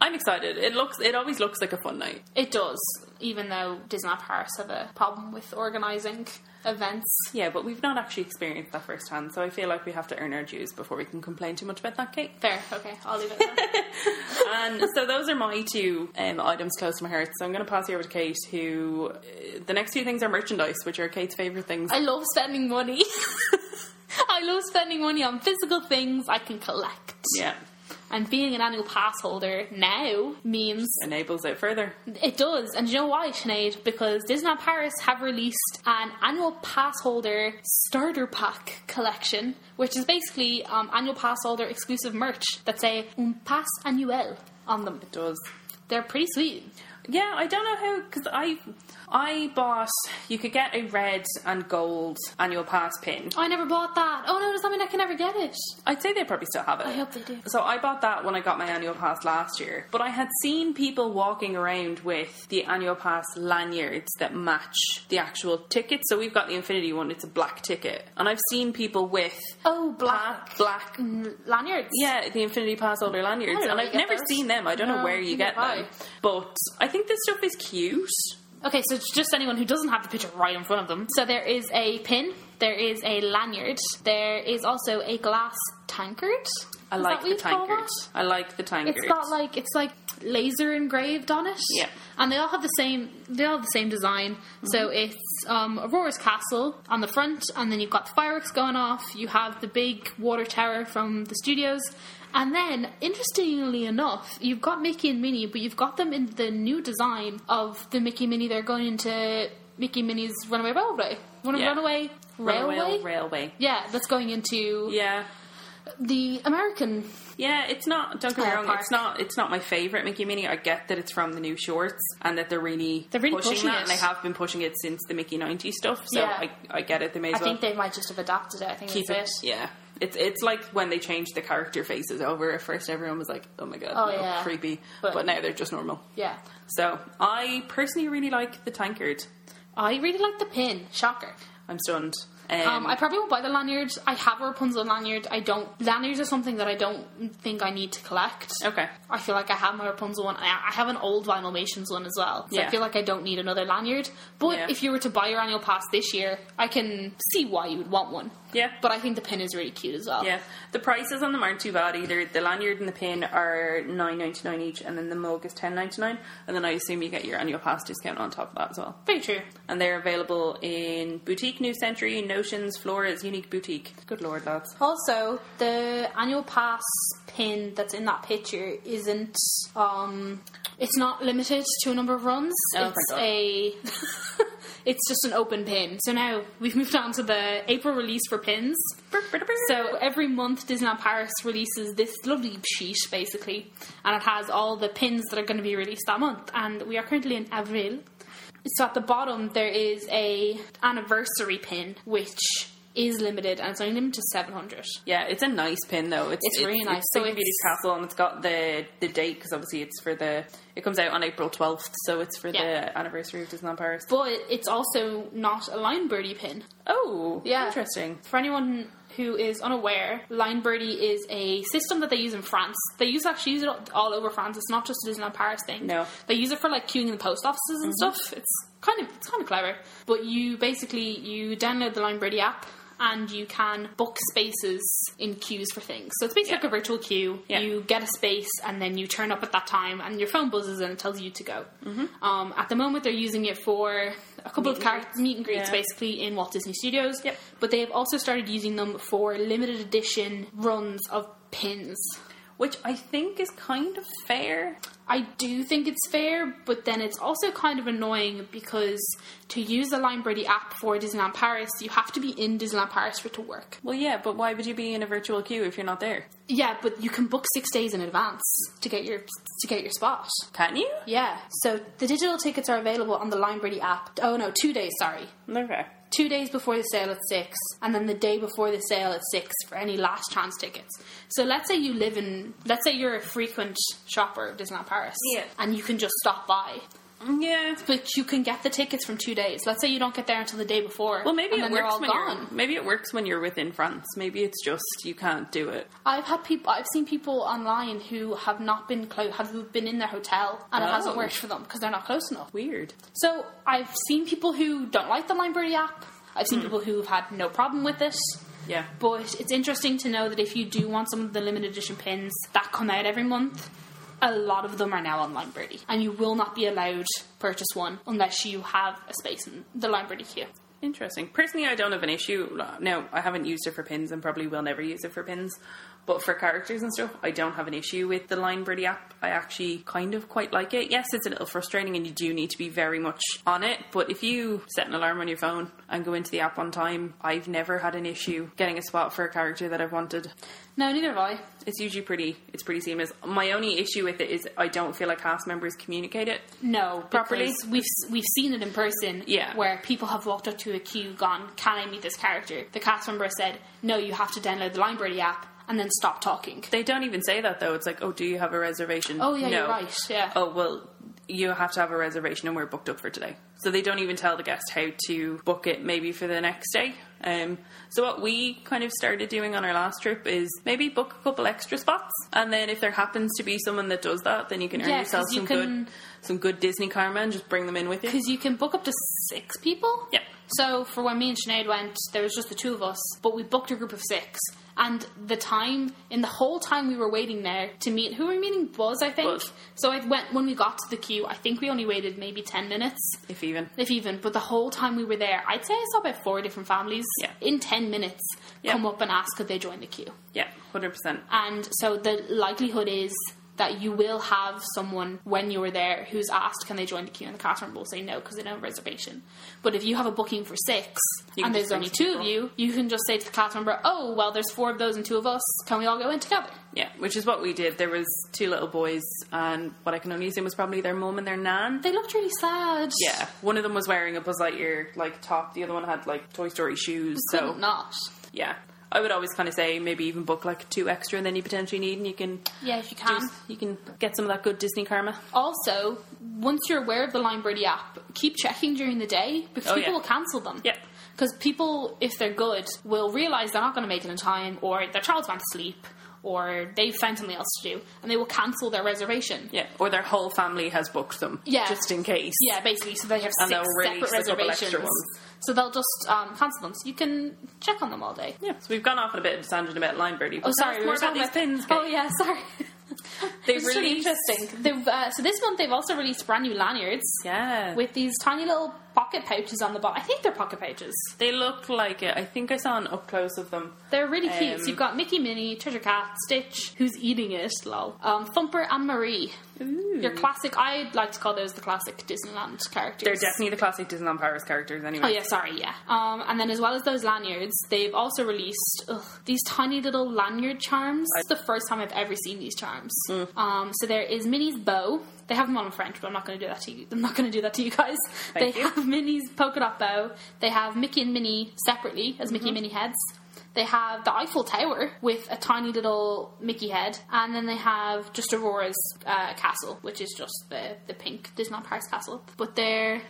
I'm excited. It looks it always looks like a fun night.
it does, even though Disney Paris have a problem with organising events.
Yeah, but we've not actually experienced that firsthand, so I feel like we have to earn our dues before we can complain too much about that, Kate.
Fair, okay, I'll leave it there.
and so those are my two um, items close to my heart. So I'm going to pass you over to Kate, who uh, the next two things are merchandise, which are Kate's favorite things.
I love spending money. I love spending money on physical things I can collect.
yeah,
And being an annual pass holder now means
enables it further.
it does. And you know why, Sinead? Because Disneyland Paris have released an annual pass holder starter pack collection, which is basically um, annual pass holder exclusive merch that say un pass annuel on them.
It does.
They're pretty sweet.
Yeah, I don't know how because I I bought you could get a red and gold annual pass pin.
I never bought that. Oh no, does that mean I can never get it?
I'd say they probably still have it.
I hope they do.
So I bought that when I got my annual pass last year. But I had seen people walking around with the annual pass lanyards that match the actual ticket. So we've got the Infinity one, it's a black ticket. And I've seen people with
Oh, black.
pa- black
Lanyards.
yeah, the Infinity Pass holder lanyards,
don't
and
know
I've
where you
never
get those.
seen them. I don't know
No,
where you get
neither have
them, but I think this stuff is cute.
Okay, so it's just anyone who doesn't have the picture right in front of them. So there is a pin, there is a lanyard, there is also a glass tankard.
I like
Is that what
the
you'd call
tankard.
that?
I like the tankard.
It's got like it's like laser engraved on it.
Yeah. Mm-hmm.
And they all have the same they all have the same design. So it's um, Aurora's castle on the front and then you've got the fireworks going off, you have the big water tower from the studios. And then, interestingly enough, you've got Mickey and Minnie, but you've got them in the new design of the Mickey and Minnie. They're going into Mickey and Minnie's Runaway Railway. Run-
Yeah.
Runaway Railway?
railway. Railway.
yeah, that's going into
Yeah,
the American
yeah. It's not. Don't get me
Oh,
wrong.
park.
It's not. It's not my favorite Mickey Mini. I get that it's from the new shorts and that they're really
They're really pushing
that,
it.
and they have been pushing it since the Mickey ninety stuff. So
Yeah.
I, I get it. They may as
I
well
think they might just have adopted it. I think
keep it.
that's it.
Yeah. It's it's like when they changed the character faces over. At first, everyone was like, "Oh my god,
Oh,
no,
yeah.
creepy,"
But-
but now they're just normal.
Yeah.
So I personally really like the tankard.
I really like the pin. Shocker.
I'm stunned.
Um, I probably won't buy the lanyard. I have a Rapunzel lanyard. I don't. Lanyards are something that I don't think I need to collect.
okay.
I feel like I have my Rapunzel one. I I have an old Vinyl Mations one as well. So I
Yeah.
feel like I don't need another lanyard. But
Yeah.
if you were to buy your annual pass this year, I can see why you would want one.
Yeah.
But I think the pin is really cute as well.
Yeah, the prices on them aren't too bad either. The lanyard and the pin are nine ninety nine each, and then the mug is ten ninety nine. And then I assume you get your annual pass discount on top of that as well.
Very true.
And they're available in Boutique, New Century, Notions, Flora's, Unique Boutique. Good lord, lads.
Also, the annual pass pin that's in that picture isn't. Um, it's not limited to a number of runs.
Oh,
it's
thank God.
a. it's just an open pin. So now we've moved on to the April release for pins. So every month, Disneyland Paris releases this lovely sheet, basically, and it has all the pins that are going to be released that month. And we are currently in Avril. So at the bottom, there is a anniversary pin, which is limited, and it's only limited to 700.
Yeah, it's a nice pin though. It's,
It's really nice.
It's
So
Sleeping
it's-
Beauty's Castle, and it's got the the date because obviously it's for the. It comes out on April twelfth, so it's for
Yeah.
the anniversary of Disneyland Paris.
But it's also not a line birdie pin.
Oh,
Yeah.
interesting.
For anyone who is unaware, Line Birdie is a system that they use in France. They use actually use it all- all over France. It's not just a Disneyland Paris thing.
No. Mm-hmm.
they use it for like queuing in the post offices and stuff. It's kind of it's kind of clever. But you basically you download the Line Birdie app and you can book spaces in queues for things. So it's basically
Yeah.
like a virtual queue.
Yeah.
You get a space and then you turn up at that time, and your phone buzzes and it tells you to go. Um, at the moment, they're using it for a couple of
Mm-hmm. Meet and
characters,
greets.
meet and greets,
Yeah.
basically in Walt Disney Studios.
Yep.
But they have also started using them for limited edition runs of pins.
Which I think is kind of fair.
I do think it's fair, but then it's also kind of annoying because to use the Lime Brady app for Disneyland Paris, you have to be in Disneyland Paris for it to work.
Well, yeah, but why would you be in a virtual queue if you're not there?
Yeah, but you can book six days in advance to get your to get your spot.
Can you?
Yeah, so the digital tickets are available on the Lime Brady app. Oh no, two days, sorry.
Okay.
Two days before the sale at six, and then the day before the sale at six for any last chance tickets. So let's say you live in, let's say you're a frequent shopper of Disneyland Paris,
Yeah.
and you can just stop by.
Yeah.
But you can get the tickets from two days. Let's say you don't get there until the day before.
Well, maybe
and
it
then they're
works
all
when
gone.
you're maybe it works when you're within France. Maybe it's just you can't do it.
I've had people. I've seen people online who have not been close, have been in their hotel, and it
Oh.
hasn't worked for them because they're not close enough.
Weird.
So I've seen people who don't like the Library app. I've
Hmm.
seen people who've had no problem with it.
Yeah.
But it's interesting to know that if you do want some of the limited edition pins that come out every month, a lot of them are now on Lime Birdie, and you will not be allowed to purchase one unless you have a space in the Lime Birdie queue.
Interesting. Personally, I don't have an issue. No, I haven't used it for pins and probably will never use it for pins. But for characters and stuff, I don't have an issue with the Line Birdie app. I actually kind of quite like it. Yes, it's a little frustrating and you do need to be very much on it. But if you set an alarm on your phone and go into the app on time, I've never had an issue getting a spot for a character that I've wanted.
No, neither have I.
It's usually pretty. It's pretty seamless. My only issue with it is I don't feel like cast members communicate it.
No,
Properly?
because We've we've seen it in person.
Yeah.
where people have walked up to a queue, gone, "Can I meet this character?" The cast member said, "No, you have to download the Library app and then stop talking."
They don't even say that though. It's like, oh, do you have a reservation?
Oh yeah,
no.
you're right. Yeah.
oh well you have to have a reservation and we're booked up for today so they don't even tell the guest how to book it maybe for the next day um, so what we kind of started doing on our last trip is maybe book a couple extra spots and then if there happens to be someone that does that then you can earn
Yeah,
yourself
'cause you
some
can-
good some good disney karma and just bring them in with you
Because you can book up to six people.
Yeah.
So for when me and Sinead went, there was just the two of us, but we booked a group of six. And the time in the whole time we were waiting there to meet, who were we meeting? Buzz, I think.
Buzz.
So I went when we got to the queue. I think we only waited maybe ten minutes.
if even
if even, but the whole time we were there, I'd say I saw about four different families
Yeah.
in 10 minutes
Yeah.
come up and ask could they join the queue.
yeah 100%
And so the likelihood is that you will have someone when you're there who's asked can they join the queue and the cast member will say no because they don't have a reservation. But if you have a booking for six
You can
and
just
there's only
bring some
two of you, you can just say to the cast member, oh, well, there's four of those and two of us, can we all go in together?
yeah which is what we did there was two little boys and what i can only assume was probably their mum and their nan
They looked really sad.
yeah, one of them was wearing a Buzz Lightyear like top. The other one had like Toy Story shoes.
Couldn't
So
not.
yeah i would always kind of say maybe even book like two extra than you potentially need and you can
Yeah, if you can.
you can get some of that good disney karma
Also, once you're aware of the Lime Birdie app, keep checking during the day because
Oh,
people
yeah.
will cancel them.
Yeah.
Because people, if they're good, will realize they're not going to make it in time, or their child's gone to sleep, or they've found something else to do, and they will cancel their reservation.
yeah or their whole family has booked them
Yeah.
just in case
Yeah, basically, so they have
And
six
they'll release
separate
a couple
reservations.
extra ones.
So they'll just um, cancel them. So you can check on them all day.
yeah so we've gone off on a bit of a tangent about line birdie
Oh, sorry, we
more
were
about
talking
these
about
pins
Oh, yeah, sorry.
they
It's really
released-
interesting. They've, uh, so this month they've also released brand new lanyards.
yeah
with these tiny little pocket pouches on the bottom. I think they're pocket pouches.
they look like it i think i saw an up close of them
They're really cute. so
Um,
you've got Mickey, Minnie, Treasure Cat, Stitch, who's eating it, lol. Um, Thumper and Marie. Your classic. I'd like to call those the classic Disneyland characters.
they're definitely the classic disney on paris characters anyway
Oh yeah, sorry, yeah. Um, and then as well as those lanyards, they've also released ugh, these tiny little lanyard charms. It's the first time I've ever seen these charms. Um, so there is Minnie's bow. They have them on in French, but I'm not going to do that to you. I'm not going to do that to you guys.
Thank
they
you.
have Minnie's polka dot bow. They have Mickey and Minnie separately as
Mm-hmm.
Mickey and Minnie heads. They have the Eiffel Tower with a tiny little Mickey head, and then they have just Aurora's uh, castle, which is just the, the pink Disneyland Paris castle. But they're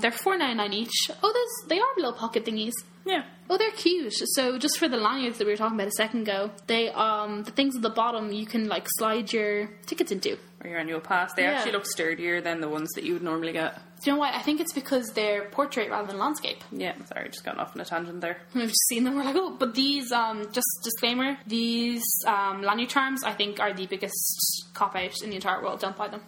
they're four nine nine each. Oh, those they are little pocket thingies.
yeah
Oh, they're cute. So just for the lanyards that we were talking about a second ago, they um the things at the bottom you can like slide your tickets into.
or your annual pass. They
Yeah.
actually look sturdier than the ones that you would normally get.
Do you know why? I think it's because they're portrait rather than landscape.
Yeah, sorry, just gone off on a tangent there.
We've just seen them. We're like, oh, but these, um, just disclaimer, these um, lanyard charms, I think, are the biggest cop out in the entire world. Don't buy them.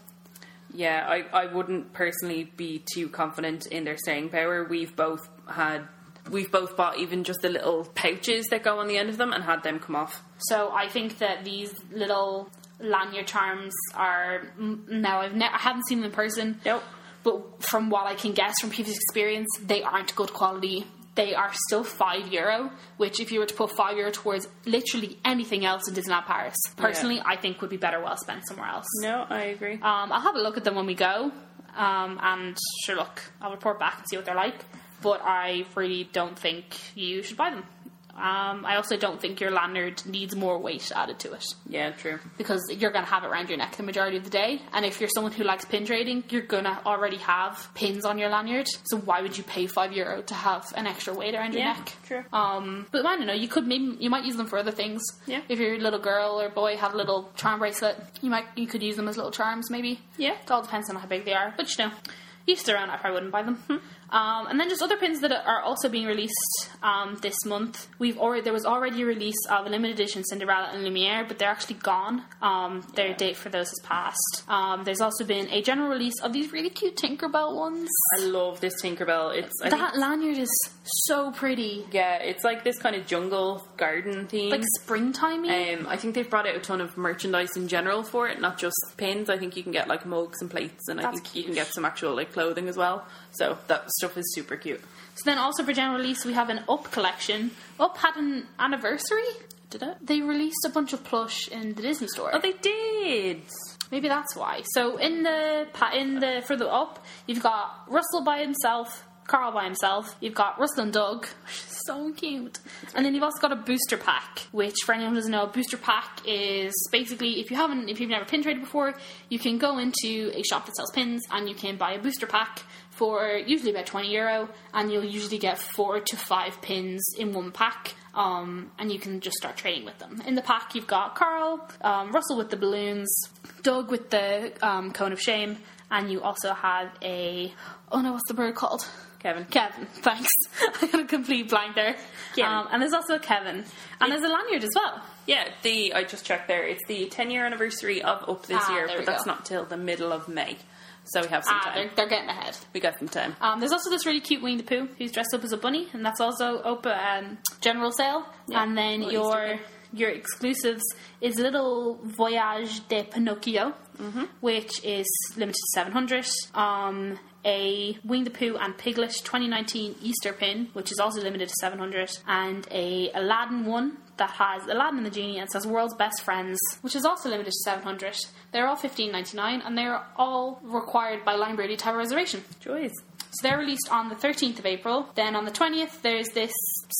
Yeah, I, I wouldn't personally be too confident in their staying power. We've both had we've both bought even just the little pouches that go on the end of them and had them come off.
So I think that these little lanyard charms are m- now I've ne- I haven't seen them in person.
Nope.
But from what I can guess from previous experience, they aren't good quality. They are still five euro, which if you were to put five euro towards literally anything else in Disneyland Paris, personally, I think would be better well spent somewhere else.
No, I agree.
Um, I'll have a look at them when we go, um, and sure, look, I'll report back and see what they're like. But I really don't think you should buy them. Um, I also don't think your lanyard needs more weight added to it
yeah, true.
because you're going to have it around your neck the majority of the day. And if you're someone who likes pin trading, you're going to already have pins on your lanyard. So why would you pay five euro to have an extra weight around your
Yeah,
neck?
true.
Um, but I don't know. You could maybe you might use them for other things.
Yeah.
If your little girl or boy had a little charm bracelet, you might you could use them as little charms maybe.
Yeah.
It all depends on how big they are. But you know, each their own. I probably wouldn't buy them.
Hmm.
Um, and then just other pins that are also being released um, this month. We've already there was already a release of a limited edition Cinderella and Lumiere, but they're actually gone. Um, their date for those has passed. Um, there's also been a general release of these really cute Tinkerbell ones.
I love this Tinkerbell. It's I think,
that lanyard is so pretty.
yeah, it's like this kind of jungle garden theme.
Like springtimey.
um, I think they've brought out a ton of merchandise in general for it, not just pins. I think you can get like mugs and plates, and I
That's
think you can get some actual like clothing as well. So that stuff is super cute.
So then also for general release we have an Up collection. Up had an anniversary. Did it? They released a bunch of plush in the Disney store.
Oh, they did.
Maybe that's why. So in the pa- in the for the Up, you've got Russell by himself, Carl by himself. You've got Russell and Doug, which is so cute. And then you've also got a booster pack, which for anyone who doesn't know, a booster pack is basically if you haven't if you've never pin traded before, you can go into a shop that sells pins and you can buy a booster pack for usually about 20 euro and you'll usually get four to five pins in one pack um, and you can just start trading with them in the pack you've got carl um, russell with the balloons doug with the um, cone of shame and you also have a oh no what's the bird called
Kevin.
kevin thanks i got a complete blank there
Kevin.
um, and there's also a kevin and there's a lanyard as well
Yeah, the I just checked there. It's the 10 year anniversary of Up this
Ah,
year,
there
but
we
that's
go.
not till the middle of May. So we have some
ah,
time.
they're, they're getting ahead
We got some time.
Um, there's also this really cute Winnie the Pooh who's dressed up as a bunny, and that's also open um, general sale.
Yeah,
And then
little Easter
your your exclusives is Little Voyage de Pinocchio,
Mm-hmm.
which is limited to 700. Um, a Winnie the Pooh and Piglet 2019 Easter pin, which is also limited to 700, and a Aladdin one that has Aladdin and the Genie and says World's Best Friends, which is also limited to 700. They're all 15.99, and they're all required by Lime Brady to have a reservation.
Joys.
So they're released on the 13th of April. Then on the 20th, there's this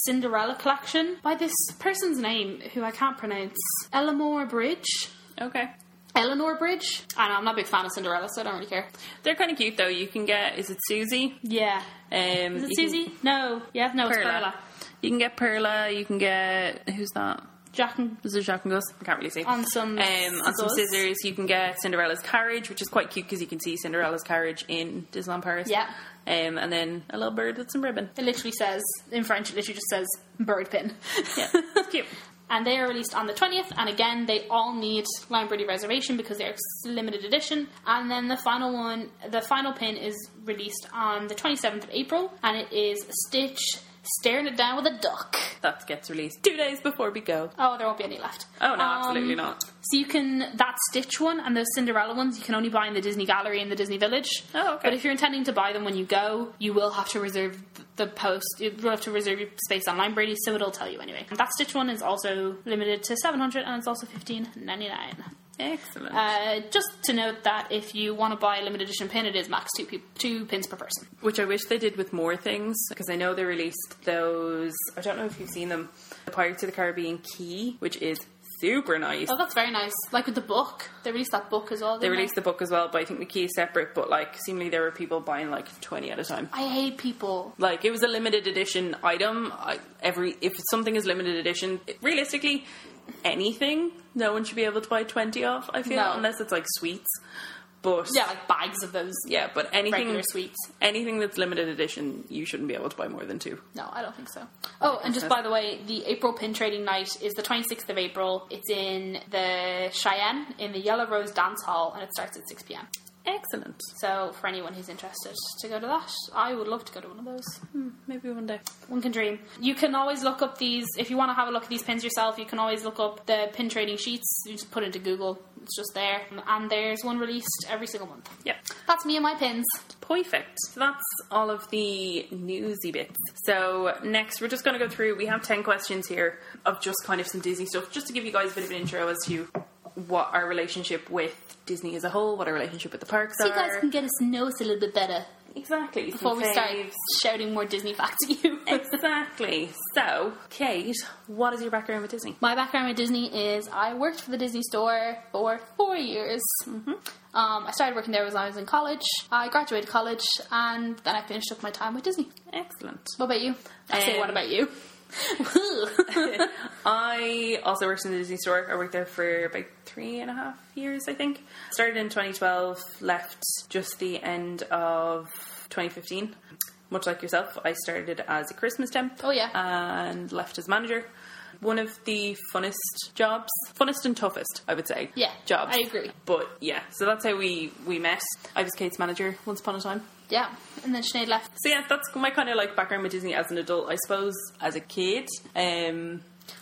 Cinderella collection by this person's name who I can't pronounce Eleanor Bridge.
Okay.
Eleanor Bridge? I know, I'm not a big fan of Cinderella, so I don't really care.
They're kind of cute though. You can get, is it Susie?
Yeah.
Um,
Is it
you can-
Susie? No. Yeah, no, it's
Perla.
Perla.
You can get Perla, you can get, who's that?
Jack and
Is it Jacques and Gus? I can't really see.
On some
um, on some
scissors.
scissors, you can get Cinderella's carriage, which is quite cute because you can see Cinderella's carriage in Disneyland Paris.
Yeah.
Um, and then a little bird with some ribbon.
It literally says, in French, it literally just says bird pin.
Yeah, it's cute.
and they are released on the 20th and again they all need Lime Brady reservation because they're limited edition and then the final one the final pin is released on the 27th of April and it is Stitch staring it down with a duck
That gets released two days before we go.
oh there won't be any left
Oh no,
Um,
absolutely not.
so you can that Stitch one and those Cinderella ones you can only buy in the Disney Gallery in the Disney Village.
Oh, okay.
But if you're intending to buy them when you go, you will have to reserve the post. You will have to reserve your space online, Brady. So it'll tell you anyway. That Stitch one is also limited to 700 and it's also 15.99.
Excellent.
Uh, just to note that if you want to buy a limited edition pin, it is max two pe- two pins per person.
Which I wish they did with more things because I know they released those. I don't know if you've seen them. The Pirates of the Caribbean Key, which is super nice.
Oh, that's very nice. Like with the book, they released that book as well.
They
didn't
released the book as well, but I think the key is separate. But like, seemingly there were people buying like twenty at a time.
I hate people.
Like it was a limited edition item. I, every if something is limited edition, it- realistically, anything, no one should be able to buy 20 of, I feel,
No.
unless it's like sweets. But
Yeah, like bags of those
yeah, but anything
regular sweets.
anything that's limited edition, you shouldn't be able to buy more than two.
No, I don't think so. Oh, and just by the way, the April pin trading night is the 26th of April. It's in the Cheyenne in the Yellow Rose Dance Hall, and it starts at 6 p.m.
Excellent.
So, for anyone who's interested to go to that, I would love to go to one of those.
Maybe one day.
One can dream. You can always look up these, if you want to have a look at these pins yourself, you can always look up the pin trading sheets. You just put into Google, it's just there. And there's one released every single month.
Yeah.
That's me and my pins.
Perfect. So that's all of the newsy bits. So next, we're just going to go through. We have ten questions here of just kind of some Disney stuff, just to give you guys a bit of an intro as to what our relationship with Disney as a whole, what our relationship with the parks
So,
are.
you guys can get us to know us a little bit better
exactly.
before
some
we start
faves.
shouting more Disney facts at you.
exactly. So, Kate, what is your background with Disney?
My background with Disney is I worked for the Disney store for four years. Mm-hmm. Um, I started working there when I was in college. I graduated college and then I finished up my time with Disney.
Excellent.
What about you? I say,
Um,
what about you?
I also worked in the Disney store. I worked there for about three and a half years, I think. Started in 2012, left just the end of 2015. Much like yourself, I started as a Christmas temp.
Oh, yeah.
And left as manager. One of the funnest jobs, funnest and toughest, I would say.
Yeah,
jobs.
I agree.
But yeah, so that's how we we met. I was Kate's manager once upon a time.
yeah. And then Sinead left.
So yeah, that's my kind of like background with Disney as an adult, I suppose. As a kid, um,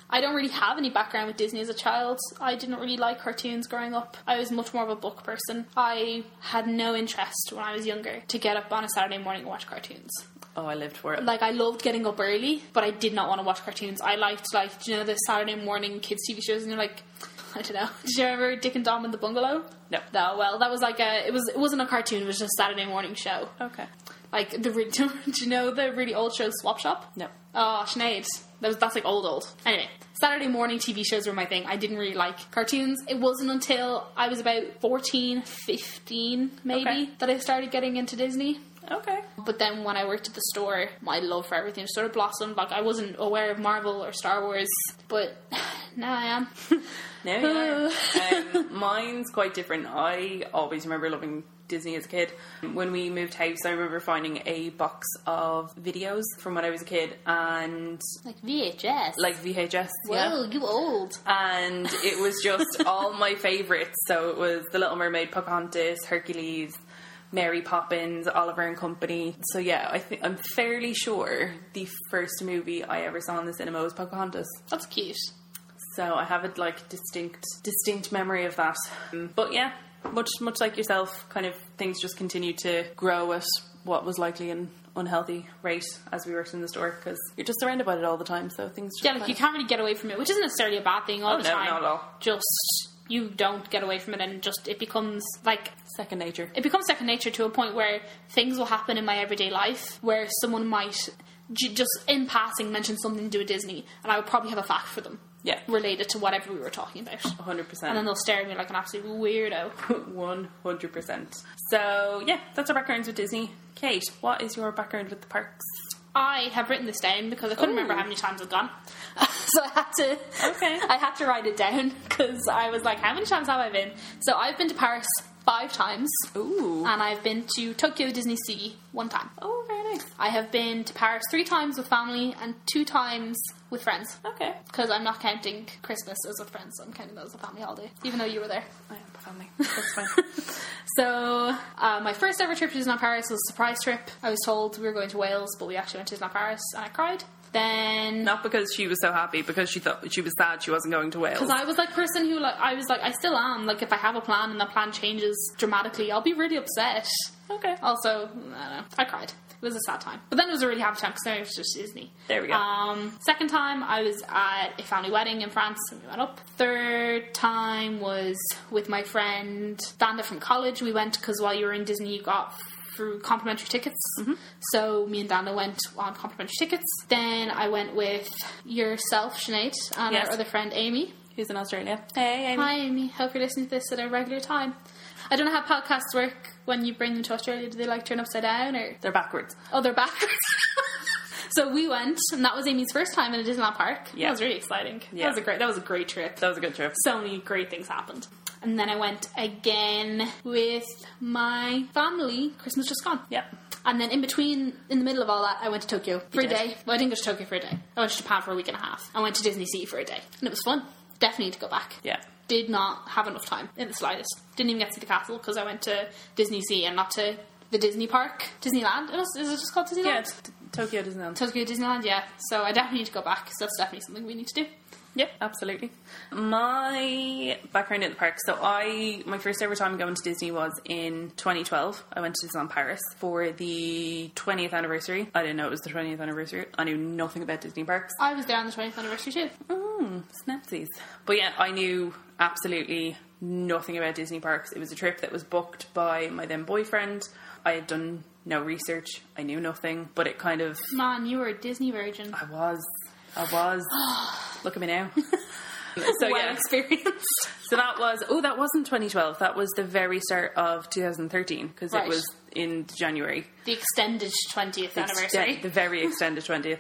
I don't really have any background with Disney as a child. I didn't really like cartoons growing up. I was much more of a book person. I had no interest when I was younger to get up on a Saturday morning and watch cartoons.
oh, I lived for it.
Like I loved getting up early, but I did not want to watch cartoons. I liked like do you know the Saturday morning kids TV shows, and you're like, I don't know. Did you remember Dick and Dom in the Bungalow?
No.
No. Well, that was like a. It was. It wasn't a cartoon. It was just a Saturday morning show.
Okay.
Like the. re- Do you know the really old show Swap Shop?
No.
Oh, Sinead. That was, that's like old, old. Anyway, Saturday morning TV shows were my thing. I didn't really like cartoons. It wasn't until I was about 14, 15, maybe,
Okay.
that I started getting into Disney.
Okay.
But then when I worked at the store, my love for everything sort of blossomed. Like I wasn't aware of Marvel or Star Wars, but now I am.
Now you are. um, mine's quite different. I always remember loving Disney as a kid. When we moved house, I remember finding a box of videos from when I was a kid and
Like VHS.
like VHS.
whoa, you old.
And it was just all my favourites. So it was The Little Mermaid, Pocahontas, Hercules, Mary Poppins, Oliver and Company. So yeah, I think I'm fairly sure the first movie I ever saw in the cinema was Pocahontas.
That's cute.
So I have a like distinct distinct memory of that. Um, But yeah, much much like yourself, kind of things just continue to grow at what was likely an unhealthy rate as we worked in the store because you're just surrounded by it all the time. So things just
Yeah, like
kind
you
of-
can't really get away from it, which isn't necessarily a bad thing all
Oh,
the
no,
time.
not at all.
Just you don't get away from it, and just it becomes like
second nature.
it becomes second nature to a point where things will happen in my everyday life where someone might j- just in passing mention something to do with Disney, and I would probably have a fact for them.
Yeah.
related to whatever we were talking about.
Hundred
And then
percent,
they'll stare at me like an absolute weirdo.
one hundred percent. So yeah, that's our backgrounds with Disney. Kate, what is your background with the parks?
I have written this down because I couldn't remember
Ooh.
how many times I've gone, so I had to.
Oh. Okay.
I had to write it down because I was like, how many times have I been? So I've been to Paris five times,
Ooh,
and I've been to Tokyo Disney Sea one time.
Um, oh, very nice.
I have been to Paris three times with family and two times with friends.
Okay,
Because I'm not counting Christmas as with friends, I'm counting that as a family holiday, even though you were there.
I am family. That's fine.
So, uh, my first ever trip to Disneyland Paris was a surprise trip. I was told we were going to Wales, but we actually went to Disneyland Paris, and I cried. Then,
Not because she was so happy, because she thought she was sad she wasn't going to Wales.
because I was like person who like I was like I still am. Like if I have a plan and that plan changes dramatically, I'll be really upset.
Okay.
Also, I don't know. I cried. It was a sad time, but then it was a really happy time because it was just Disney.
There we go.
Um, second time I was at a family wedding in France and we went up. Third time was with my friend Danda from college. We went because while you were in Disney, you got through complimentary tickets.
Mm-hmm.
So me and Danda went on complimentary tickets. Then I went with yourself, Sinead, and
Yes.
our other friend Amy.
Who's in Australia? Hey, Amy.
Hi, Amy. Hope you're listening to this at a regular time. I don't know how podcasts work when you bring them to Australia. Do they like turn upside down or
They're backwards.
oh they're backwards? So we went, and that was Amy's first time in a Disneyland park.
Yeah.
That was really exciting.
Yeah.
That was a great. That was a great trip.
That was a good trip.
so many great things happened. And then I went again with my family. Christmas just gone.
Yeah.
And then in between, in the middle of all that, I went to Tokyo for a
did.
day. Well, I didn't go to Tokyo for a day. I went to Japan for a week and a half. I went to Disney Sea for a day, and it was fun. Definitely need to go back.
Yeah.
Did not have enough time in the slightest. Didn't even get to see the castle because I went to Disney Sea and not to the Disney Park, Disneyland. It was- Is it just called Disneyland?
Yeah, t- Tokyo Disneyland.
Tokyo Disneyland, yeah. So I definitely need to go back. So that's definitely something we need to do.
Yeah, absolutely. My background at the park. So I, my first ever time going to Disney was in 2012. I went to Disneyland Paris for the 20th anniversary. I didn't know it was the 20th anniversary. I knew nothing about Disney parks.
I was there on the 20th anniversary too.
Mm, snapsies. But yeah, I knew absolutely nothing about Disney parks. It was a trip that was booked by my then boyfriend. I had done no research. I knew nothing, but it kind of
Man, you were a Disney virgin.
I was. I was. Look at me now. so
wow
yeah.
experience.
So that was oh that wasn't 2012. That was the very start of 2013 because
Right.
it was in January.
the extended 20th
Yeah,
anniversary.
the very extended 20th.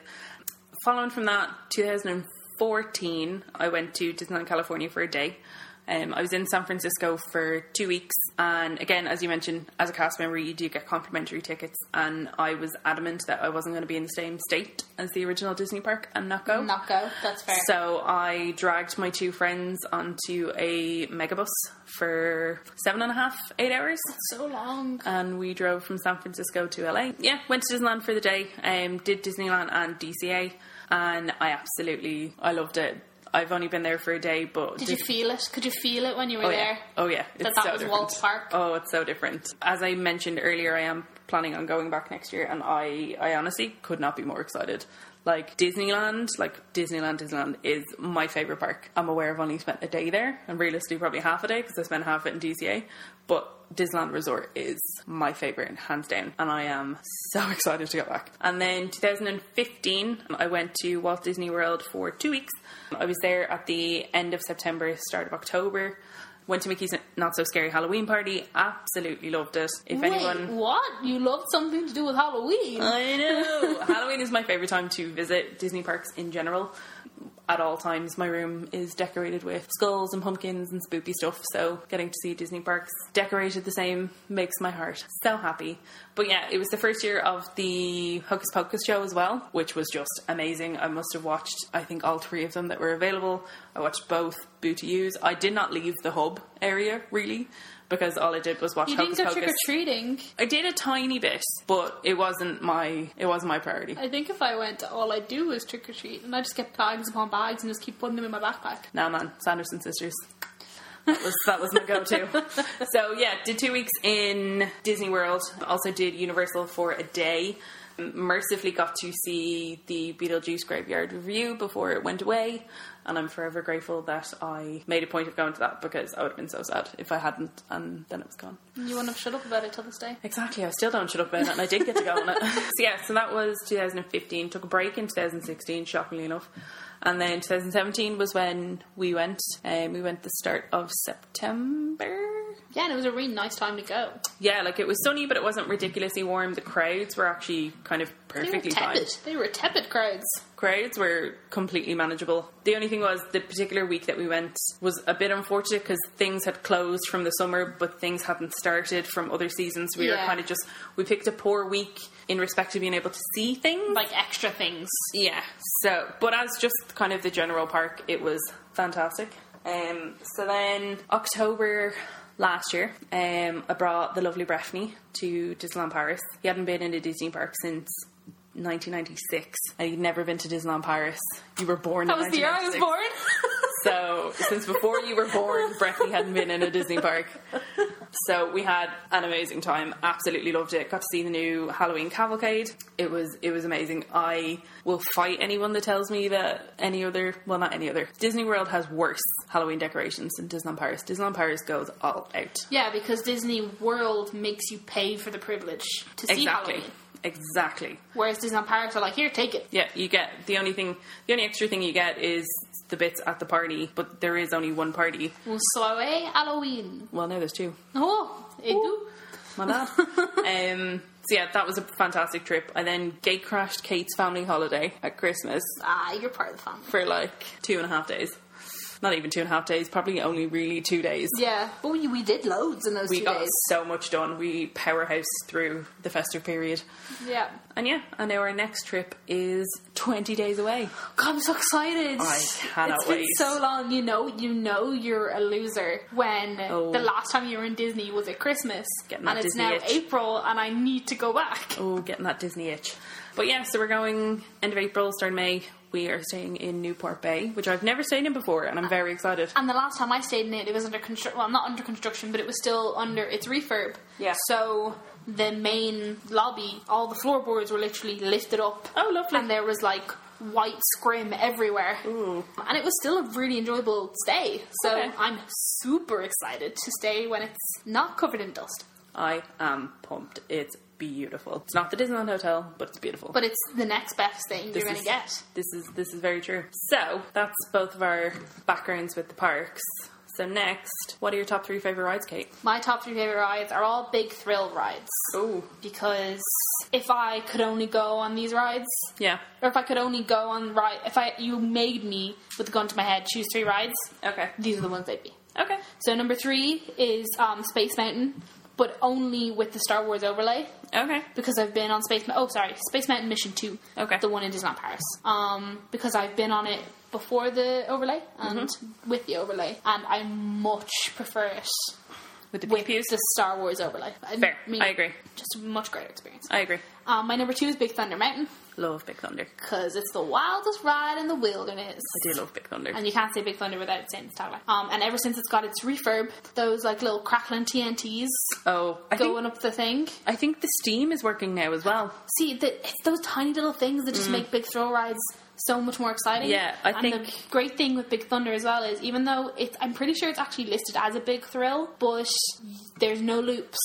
Following from that, 2014, I went to Disneyland California for a day. Um, I was in San Francisco for two weeks, and again, as you mentioned, as a cast member, you do get complimentary tickets. And I was adamant that I wasn't going to be in the same state as the original Disney park and not go.
Not go. That's fair.
So I dragged my two friends onto a megabus for seven and a half, eight hours,
so long.
and we drove from San Francisco to LA. Yeah, went to Disneyland for the day. Um, did Disneyland and DCA, and I absolutely I loved it. I've only been there for a day, but
Did you feel it? Could you feel it when you were
Oh yeah.
there?
Oh yeah. It's
That that
so
was
different.
Waltz Park?
Oh, it's so different. As I mentioned earlier, I am planning on going back next year and I I honestly could not be more excited. Like Disneyland, like Disneyland Disneyland is my favorite park. I'm aware I've only spent a day there and realistically probably half a day because I spent half it in DCA, but Disneyland Resort is my favorite hands down and I am so excited to get back. And then 2015 I went to Walt Disney World for 2 weeks. I was there at the end of September, start of October. Went to Mickey's Not So Scary Halloween party. Absolutely loved it. If
Wait,
anyone. Uh,
what? You loved something to do with Halloween?
I know! Halloween is my favourite time to visit Disney parks in general. At all times, my room is decorated with skulls and pumpkins and spooky stuff, so getting to see Disney parks decorated the same makes my heart so happy. But yeah, it was the first year of the Hocus Pocus show as well, which was just amazing. I must have watched, I think, all three of them that were available. I watched both Boo to Use. I did not leave the hub area, really, because all I did was watch
you
Hocus
didn't go
Pocus.
trick or treating.
I did a tiny bit, but it wasn't my it wasn't my priority.
I think if I went, all I'd do was trick or treat, and I just get bags upon bags and just keep putting them in my backpack.
Nah, man, Sanderson sisters. That was that was my go-to. so yeah, did two weeks in Disney World. Also did Universal for a day. Mercifully got to see the Beetlejuice Graveyard review before it went away, and I'm forever grateful that I made a point of going to that because I would have been so sad if I hadn't, and then it was gone.
You wouldn't have shut up about it till this day.
Exactly, I still don't shut up about it, and I did get to go on it. so yeah, so that was 2015. Took a break in 2016, shockingly enough, and then 2017 was when we went. Um, we went the start of September.
Yeah, and it was a really nice time to go.
Yeah, like it was sunny, but it wasn't ridiculously warm. The crowds were actually kind of
They were
perfectly fine.
tepid. They were tepid crowds.
Crowds were completely manageable. The only thing was the particular week that we went was a bit unfortunate because things had closed from the summer, but things hadn't started from other seasons. We were
Yeah.
kind of just we picked a poor week in respect to being able to see things.
Like extra things.
Yeah. So, but as just kind of the general park, it was fantastic. Um, so then October last year, um, I brought the lovely Breffni to Disneyland Paris. He hadn't been in a Disney park since. 1996, and he'd never been to Disneyland Paris. You were born.
That
in
was the year I was
1996.
born.
So since before you were born, Breffy hadn't been in a Disney park. So we had an amazing time. Absolutely loved it. Got to see the new Halloween cavalcade. It was it was amazing. I will fight anyone that tells me that any other well not any other Disney World has worse Halloween decorations than Disneyland Paris. Disneyland Paris goes all out.
Yeah, because Disney World makes you pay for the privilege to see
Exactly.
Halloween.
Exactly.
Whereas Disneyland Paris are like, here, take it.
Yeah, you get the only thing the only extra thing you get is the bits at the party, but there is only one party.
Un soirée Halloween.
Well, now there's two.
Oh, et tout.
my lad. um, so yeah, that was a fantastic trip. I then gate crashed Kate's family holiday at Christmas
Ah, you're part of the family.
for like two and a half days. Not even two and a half days, probably only really two days.
Yeah, but we, we did loads in those
We
two
got
days.
so much done. We powerhouse through the festive period.
Yeah.
And yeah, I know our next trip is 20 days away.
God, I'm so excited.
I cannot
It's been
wait.
so long. You know, you know you're a loser when
Oh.
the last time you were in Disney was at Christmas,
Getting
and
that
it's
Disney
now
itch.
April, and I need to go back.
Oh, getting that Disney itch. But yeah, so we're going end of April, start of May. We are staying in Newport Bay, which I've never stayed in before, and
Ah.
I'm very excited.
And the last time I stayed in it, it was under construction. Well, not under construction, but it was still under its refurb.
Yeah.
So the main lobby, all the floorboards were literally lifted up.
Oh, lovely.
And there was like white scrim everywhere. Ooh. And it was still a really enjoyable stay. So
Okay.
I'm super excited to stay when it's not covered in dust.
I am pumped. It's beautiful. It's not the Disneyland Hotel, but it's beautiful.
But it's the next best thing
This
you're going
is-
to get.
This is this is very true. So that's both of our backgrounds with the parks. So next, what are your top three favorite rides, Kate?
My top three favorite rides are all big thrill rides.
Oh,
Because if I could only go on these rides,
yeah.
or if I could only go on ride, if I you made me with a gun to my head choose three rides,
Okay.
these are the ones they'd be.
Okay.
So number three is um, Space Mountain, but only with the Star Wars overlay
Okay.
because I've been on Space. Mo- oh, sorry, Space Mountain Mission Two.
Okay.
the one in Disneyland Paris. Um, because I've been on it before the overlay and
Mm-hmm.
with the overlay, and I much prefer it
With the
with
pews.
the Star Wars overlay. I
Fair. I agree.
Just a much greater experience.
I agree.
Um, my number two is Big Thunder Mountain
Love Big Thunder. I
because it's the wildest ride in the wilderness.
do love Big Thunder.
And you can't say Big Thunder without saying Star Wars. Um, and ever since it's got its refurb, those like little crackling TNTs
Oh, I think
going up the thing.
I think the steam is working now as well.
See, the, it's those tiny little things that just make big thrill rides so much more exciting.
Mm-hmm. Yeah, I
and the
think-
great thing with Big Thunder as well is even though it's, I'm pretty sure it's actually listed as a big thrill, but there's no loops.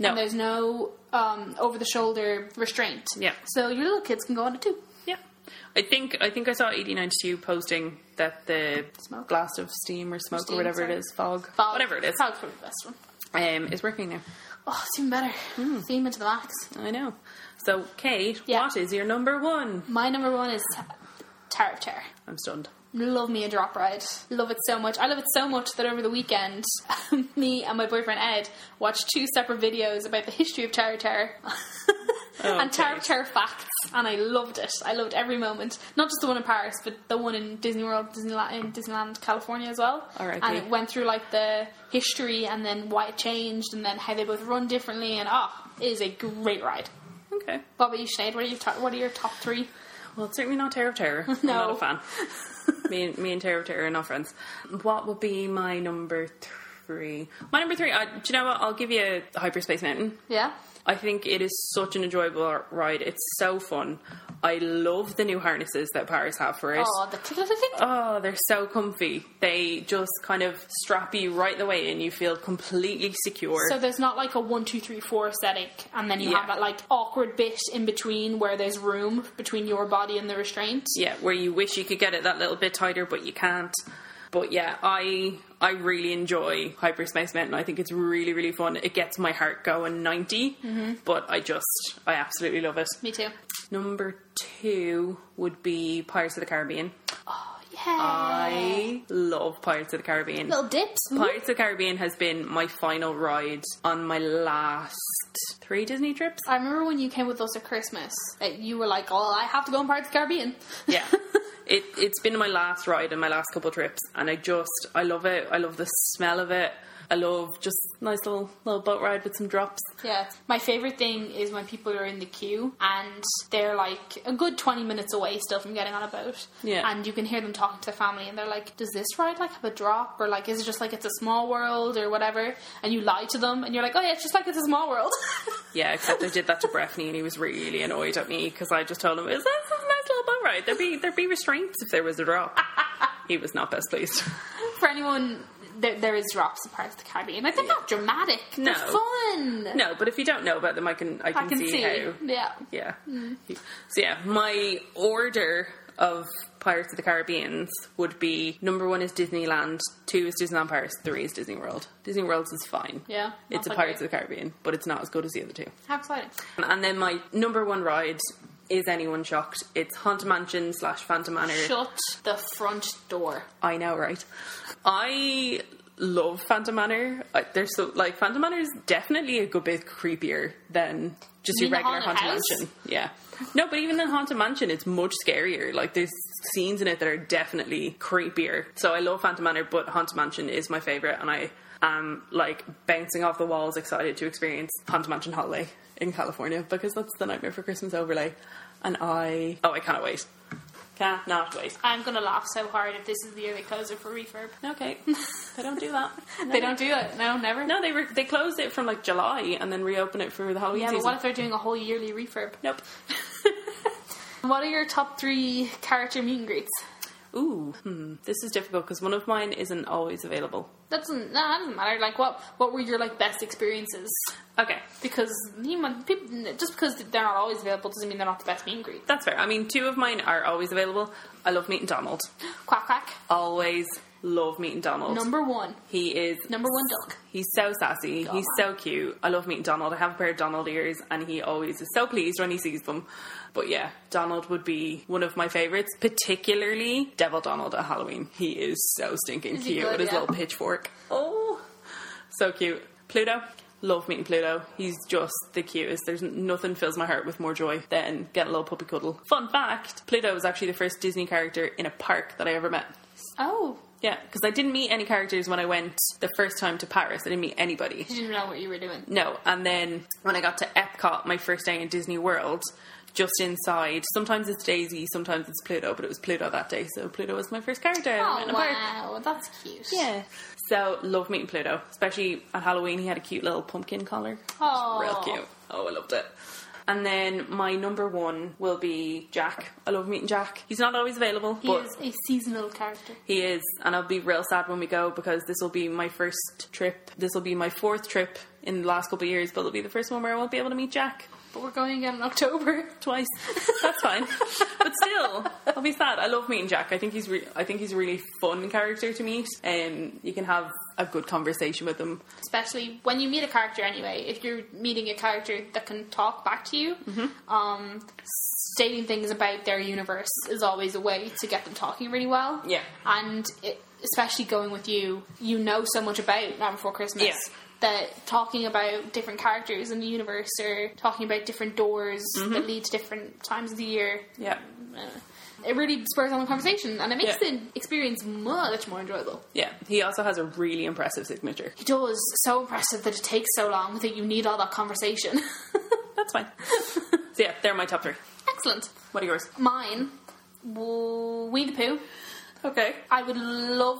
No.
And there's no um, over the shoulder restraint.
Yeah.
So your little kids can go on it too.
Yeah. I think I think I saw ED92 posting that the
Smoke.
blast of steam or smoke
Steam,
or whatever
sorry.
it is, fog,
Fog-
whatever it is,
Fog's probably the best one.
um, is working now.
Oh, it's even better.
Mm.
Theme into the max.
I know. So, Kate,
Yeah.
what is your number one?
My number one is Tower of Terror.
I'm stunned.
Love me a drop ride. Love it so much. I love it so much that over the weekend, me and my boyfriend Ed watched two separate videos about the history of Tower of Terror and Tower of
Okay.
Terror facts, and I loved it. I loved every moment. Not just the one in Paris, but the one in Disney World, Disneyland, in Disneyland California as well.
R.I.P..
And it went through like the history and then why it changed and then how they both run differently. And ah, it is a great ride.
Okay.
What about you, Sinead? What are, your top, what are your top three?
Well, it's certainly not Terror of Terror. I'm
No.
not a fan. me, and, me and Terror of Terror are not friends. What would be my number three? My number three, I, do you know what? I'll give you Hyperspace Mountain.
Yeah?
I think it is such an enjoyable r- ride. It's so fun. I love the new harnesses that Paris have for it.
Oh, the click, click, click, click.
Oh, they're so comfy. They just kind of strap you right the way and you feel completely secure.
So there's not like a one, two, three, four aesthetic, and then you
Yeah.
have that like awkward bit in between where there's room between your body and the restraint.
yeah, where you wish you could get it that little bit tighter but you can't. But yeah, I I really enjoy Hyperspace Mountain. I think it's really really fun. It gets my heart going 90, but I just I absolutely love it.
Me too.
Number 2 would be Pirates of the Caribbean.
Oh yeah.
I love Pirates of the Caribbean.
Little dips.
Pirates of the Caribbean has been my final ride on my last three Disney trips.
I remember when you came with us at Christmas, that you were like, "Oh, I have to go on Pirates of the Caribbean."
Yeah. It, it's been my last ride and my last couple trips, and I just I love it. I love the smell of it. I love just nice little little boat ride with some drops.
Yeah. My favorite thing is when people are in the queue and they're like a good 20 minutes away still from getting on a boat.
Yeah.
And you can hear them talking to their family and they're like, does this ride like have a drop? Or like, is it just like it's a small world or whatever? And you lie to them and you're like, oh yeah, it's just like it's a small world.
Yeah, except I did that to Breffney, and he was really annoyed at me because I just told him it's that's a nice little boat ride. There'd be there'd be restraints if there was a drop. he was not best pleased.
For anyone, there, there is drops of Pirates of the Caribbean. Like, they're not dramatic. They're
No.
fun.
No, but if you don't know about them, I can I can,
I can see.
how
Yeah.
Yeah. So yeah, my order of Pirates of the Caribbean would be number one is Disneyland, two is Disneyland Paris, three is Disney World. Disney World's is fine.
Yeah,
It's
that's
a
okay.
Pirates of the Caribbean, but it's not as good as the other two.
How exciting.
And then my number one ride is anyone shocked? It's Haunted Mansion slash Phantom Manor.
Shut the front door.
I know, right? I love Phantom Manor. I- There's so like Phantom Manor is definitely a good bit creepier than just your
Than the
regular
Haunted
Haunted
House?
Mansion. Yeah. No, but even in Haunted Mansion, it's much scarier. Like there's scenes in it that are definitely creepier. So I love Phantom Manor, but Haunted Mansion is my favorite, and I am like bouncing off the walls, excited to experience Haunted Mansion holiday in California because that's the Nightmare for Christmas overlay, and I oh I cannot wait, cannot wait.
I'm gonna laugh so hard if this is the year they close it for refurb.
Okay, they don't do that.
They don't do it. No, never.
No, they were they closed it from like July and then reopened it for the Halloween
Yeah,
season.
but what if they're doing a whole yearly refurb?
nope.
What are your top three character meet and greets?
Ooh, hmm. this is difficult because one of mine isn't always available.
That doesn't, no, that doesn't matter. Like, what what were your like best experiences?
Okay,
Because you might- people, just because they're not always available doesn't mean they're not the best meet and greet.
that's fair. I mean, two of mine are always available. I love meeting Donald.
Quack quack.
Always love meeting Donald.
Number one.
he is
Number one duck.
He's so sassy.
Donald.
He's so cute. I love meeting Donald. I have a pair of Donald ears, and he always is so pleased when he sees them. But yeah, Donald would be one of my favorites, particularly Devil Donald at Halloween. He is so stinking
Is he
cute
good,
with his
yeah?
little pitchfork. Oh, so cute. Pluto. Love meeting Pluto. He's just the cutest. There's n- nothing fills my heart with more joy than get a little puppy cuddle. Fun fact: Pluto was actually the first Disney character in a park that I ever met.
Oh,
Yeah, because I didn't meet any characters when I went the first time to Paris. I didn't meet anybody.
you didn't know what you were doing.
No, and then when I got to Epcot, my first day in Disney World, just inside. Sometimes it's Daisy, sometimes it's Pluto, but it was Pluto that day, so Pluto was my first character. I
Oh
met in a park.
wow, that's cute.
Yeah. So love meeting Pluto, especially at Halloween. He had a cute little pumpkin collar.
Oh,
Real cute. Oh, I loved it. And then my number one will be Jack. I love meeting Jack. He's not always available,
He
but
is a seasonal character.
he is, and I'll be real sad when we go because this will be my first trip. This will be my fourth trip in the last couple of years, but it'll be the first one where I won't be able to meet Jack
But we're going again in October.
twice. That's fine, but still, I'll be sad. I love meeting Jack. I think he's, re- I think he's a really fun character to meet. Um, you can have a good conversation with him.
especially when you meet a character anyway if you're meeting a character that can talk back to you
Mm-hmm.
um, stating things about their universe is always a way to get them talking really well
Yeah.
and it, especially going with you you know so much about Night Before Christmas
Yeah.
that talking about different characters in the universe or talking about different doors
Mm-hmm.
that lead to different times of the year
Yeah,
uh, it really spurs on the conversation and it makes
Yeah.
the experience much more enjoyable
yeah. He also has a really impressive signature.
he does so impressive that it takes so long that you need all that conversation.
That's fine. so yeah, they're my top three.
Excellent.
What are yours?
Mine, w- Winnie the Pooh.
Okay.
I would love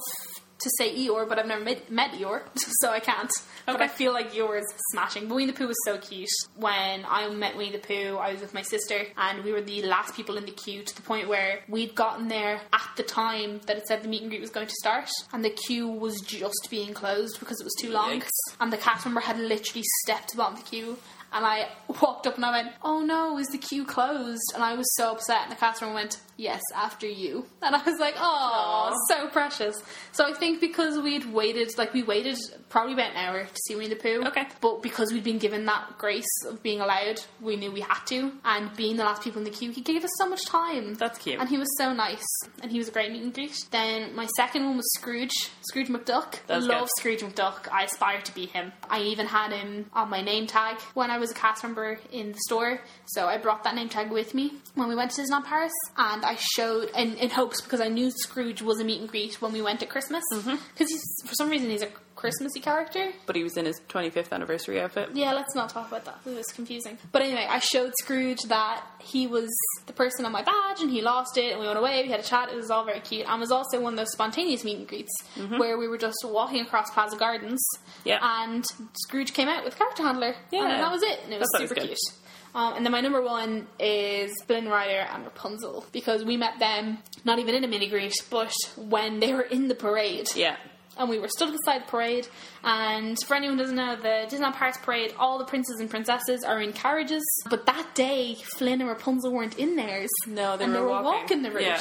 to say Eeyore, but I've never met, met Eeyore, so I can't. But
Okay.
I feel like Eeyore's smashing. But Winnie the Pooh was so cute. When I met Winnie the Pooh, I was with my sister, and we were the last people in the queue to the point where we'd gotten there at the time that it said the meet and greet was going to start, and the queue was just being closed because it was too long.
Yikes.
And the cast member had literally stepped to the bottom of the queue. And I walked up and I went, Oh no, is the queue closed? And I was so upset. And the cast member went, Yes, after you. And I was like, Oh, so precious. So I think because we'd waited, like we waited probably about an hour to see Winnie the Pooh.
Okay.
But because we'd been given that grace of being allowed, we knew we had to. And being the last people in the queue, he gave us so much time.
That's cute.
And he was so nice. And he was a great meet and greet. Then my second one was Scrooge, Scrooge McDuck.
That's
Love
good.
Scrooge McDuck. I aspire to be him. I even had him on my name tag when I was a cast member in the store, so I brought that name tag with me when we went to Disneyland Paris, and I showed in, in hopes because I knew Scrooge was a meet and greet when we went at Christmas because he's for some reason he's a Christmassy character.
But he was in his 25th anniversary outfit.
Yeah, let's not talk about that. It was confusing. But anyway, I showed Scrooge that he was the person on my badge and he lost it and we went away, we had a chat, it was all very cute. And it was also one of those spontaneous meet and greets where we were just walking across Plaza Gardens
Mm-hmm. Yeah.
and Scrooge came out with a character handler.
Yeah.
And that was it. And it was
That's always
super
good.
cute. Um, and then my number one is Flynn Rider and Rapunzel because we met them not even in a mini greet, but when they were in the parade
Yeah.
and we were stood beside the parade. And for anyone who doesn't know, the Disneyland Paris parade, all the princes and princesses are in carriages. But that day, Flynn and Rapunzel weren't in theirs.
No, they
and
were
they were
walking.
walking the route.
Yeah.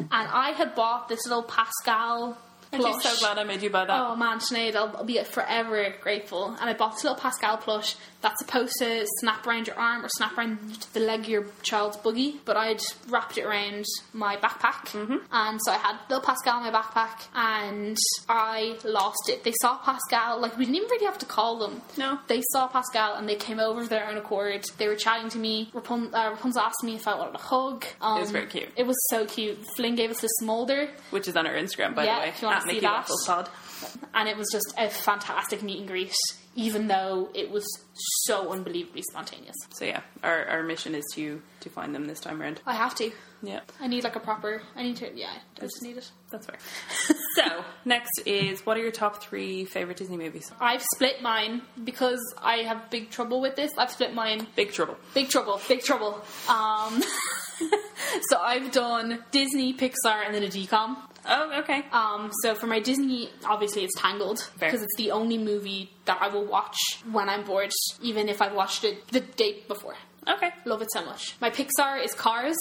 and I had bought this little Pascal.
I'm
Plush.
just so glad I made you buy that.
Oh man, Sinead, I'll, I'll be forever grateful. And I bought this little Pascal plush that's supposed to snap around your arm or snap around the leg of your child's buggy, but I'd wrapped it around my backpack.
Mm-hmm.
And so I had little Pascal in my backpack and I lost it. They saw Pascal, like, we didn't even really have to call them.
No.
They saw Pascal and they came over of their own accord. They were chatting to me. Rapun- uh, Rapunzel asked me if I wanted a hug. Um,
was very cute.
It was so cute. Flynn gave us this smolder
Which is on our Instagram, by
Yeah,
the way.
if you wanna
at
see
Mickey
that.
Waffles Pod.
and it was just a fantastic meet and greet, even though it was so unbelievably spontaneous.
So yeah, our, our mission is to to find them this time around.
I have to.
Yeah,
I need like a proper. I need to. Yeah, I just need it.
that's fair. so next is what are your top three favorite Disney movies?
I've split mine because I have big trouble with this. I've split mine.
Big Trouble.
Big trouble. Big trouble. Um, so I've done Disney, Pixar, and then a decom.
Oh, okay.
Um, so for my Disney, obviously it's Tangled
Fair.
because it's the only movie that I will watch when I'm bored, even if I've watched it the day before.
okay.
Love it so much. My Pixar is Cars.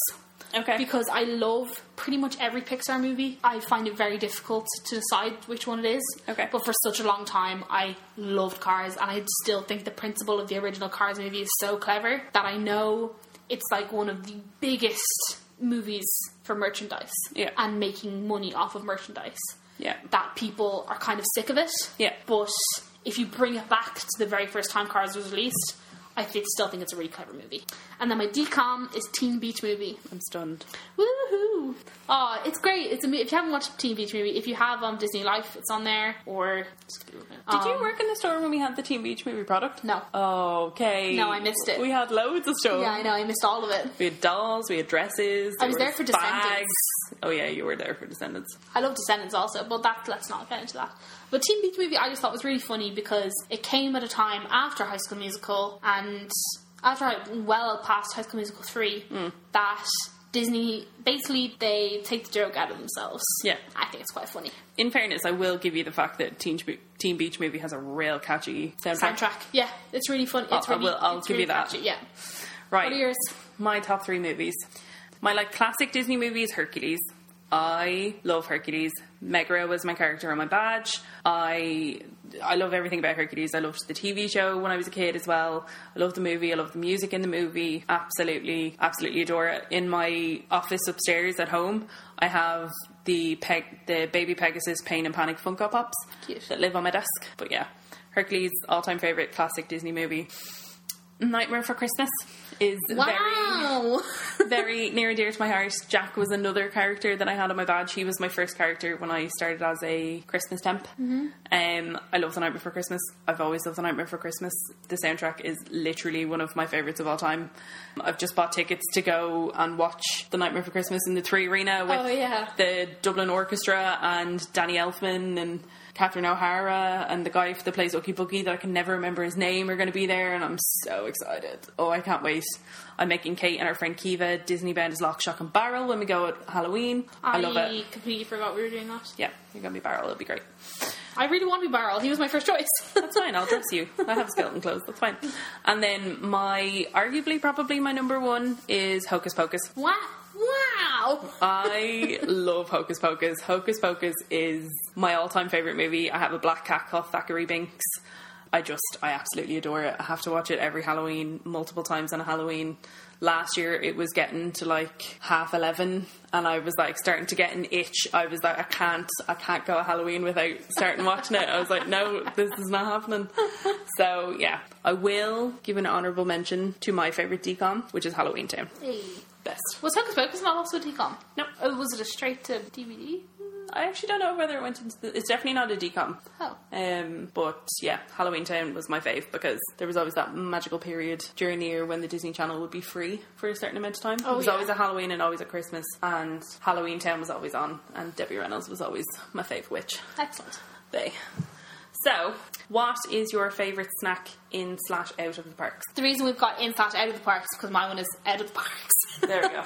Okay.
Because I love pretty much every Pixar movie. I find it very difficult to decide which one it is.
Okay.
But for such a long time, I loved Cars, and I still think the principle of the original Cars movie is so clever that I know it's like one of the biggest movies for merchandise
Yeah.
and making money off of merchandise.
Yeah.
That people are kind of sick of it.
Yeah.
But if you bring it back to the very first time Cars was released, I think, still think it's a really clever movie. And then my decom is Teen Beach Movie.
I'm stunned.
Woohoo! Oh, it's great. It's a, mo- if you haven't watched Teen Beach Movie, if you have um, Disney Life, it's on there. Or
Did you work in the store when we had the Teen Beach movie product?
Um, No.
Okay.
No, I missed it.
We had loads of stuff.
Yeah, I know. I missed all of it.
We had dolls, we had dresses.
I was there for Descendants.
bags. Oh yeah, you were there for Descendants.
I love Descendants also, but that let's not get into that. But Teen Beach Movie, I just thought was really funny because it came at a time after High School Musical and after I- well past High School Musical three
Mm.
that Disney basically they take the joke out of themselves.
Yeah.
I think it's quite funny
In fairness, I will give you the fact that Teen, Be- Teen Beach movie has a real catchy soundtrack.
soundtrack. Yeah, it's really fun. It's
Oh, I
really,
will- I'll
it's
give
really
you that.
catchy, Yeah.
Right.
What are yours?
my top three movies. My like classic Disney movies, Hercules. I love Hercules. Megara was my character on my badge. I I love everything about Hercules. I loved the TV show when I was a kid as well. I love the movie. I love the music in the movie. Absolutely, absolutely adore it. In my office upstairs at home, I have the peg the baby Pegasus Pain and Panic Funko Pops
Cute.
that live on my desk. But yeah, Hercules all time favorite classic Disney movie. Nightmare for Christmas is very
Wow.
very near and dear to my heart. Jack was another character that I had on my badge. He was my first character when I started as a Christmas temp.
Mm-hmm.
Um, I love The Night Before Christmas. I've always loved The Night Before Christmas. The soundtrack is literally one of my favourites of all time. I've just bought tickets to go and watch The Night Before Christmas in the Three Arena with
Oh, yeah.
the Dublin Orchestra and Danny Elfman and Catherine O'Hara and the guy that plays Ookie Boogie that I can never remember his name are going to be there, and I'm so excited. Oh, I can't wait. I'm making Kate and our friend Kiva Disney Bound as Lock, Shock, and Barrel when we go at Halloween. I, love it.
completely forgot we were doing that.
Yeah, you're going to be Barrel, it'll be great.
I really want to be Barrel. He was my first choice.
That's fine, I'll dress you. I have skeleton clothes, that's fine. And then my, arguably, probably my number one is Hocus Pocus.
wow. Wow.
I love Hocus Pocus. Hocus Pocus is my all-time favorite movie. I have a black cat called Thackeray Binks. I just, I absolutely adore it. I have to watch it every Halloween, multiple times on a Halloween. Last year, it was getting to like half eleven, and I was like starting to get an itch. I was like, I can't, I can't go a Halloween without starting watching it. I was like, no, this is not happening. So yeah, I will give an honourable mention to my favorite decom, which is Halloween Town. Best.
Was Hocus Pocus not also a decom?
No.
Oh, was it a straight to DVD?
I actually don't know whether it went into the. It's definitely not a decom.
Oh.
Um, but yeah, Halloween Town was my fave because there was always that magical period during the year when the Disney Channel would be free for a certain amount of time.
Oh,
it was
yeah.
always a Halloween and always a Christmas, and Halloween Town was always on, and Debbie Reynolds was always my fave witch.
Excellent.
They. So, what is your favourite snack in slash out of the parks?
The reason we've got in slash out of the parks because my one is out of the parks.
There we go.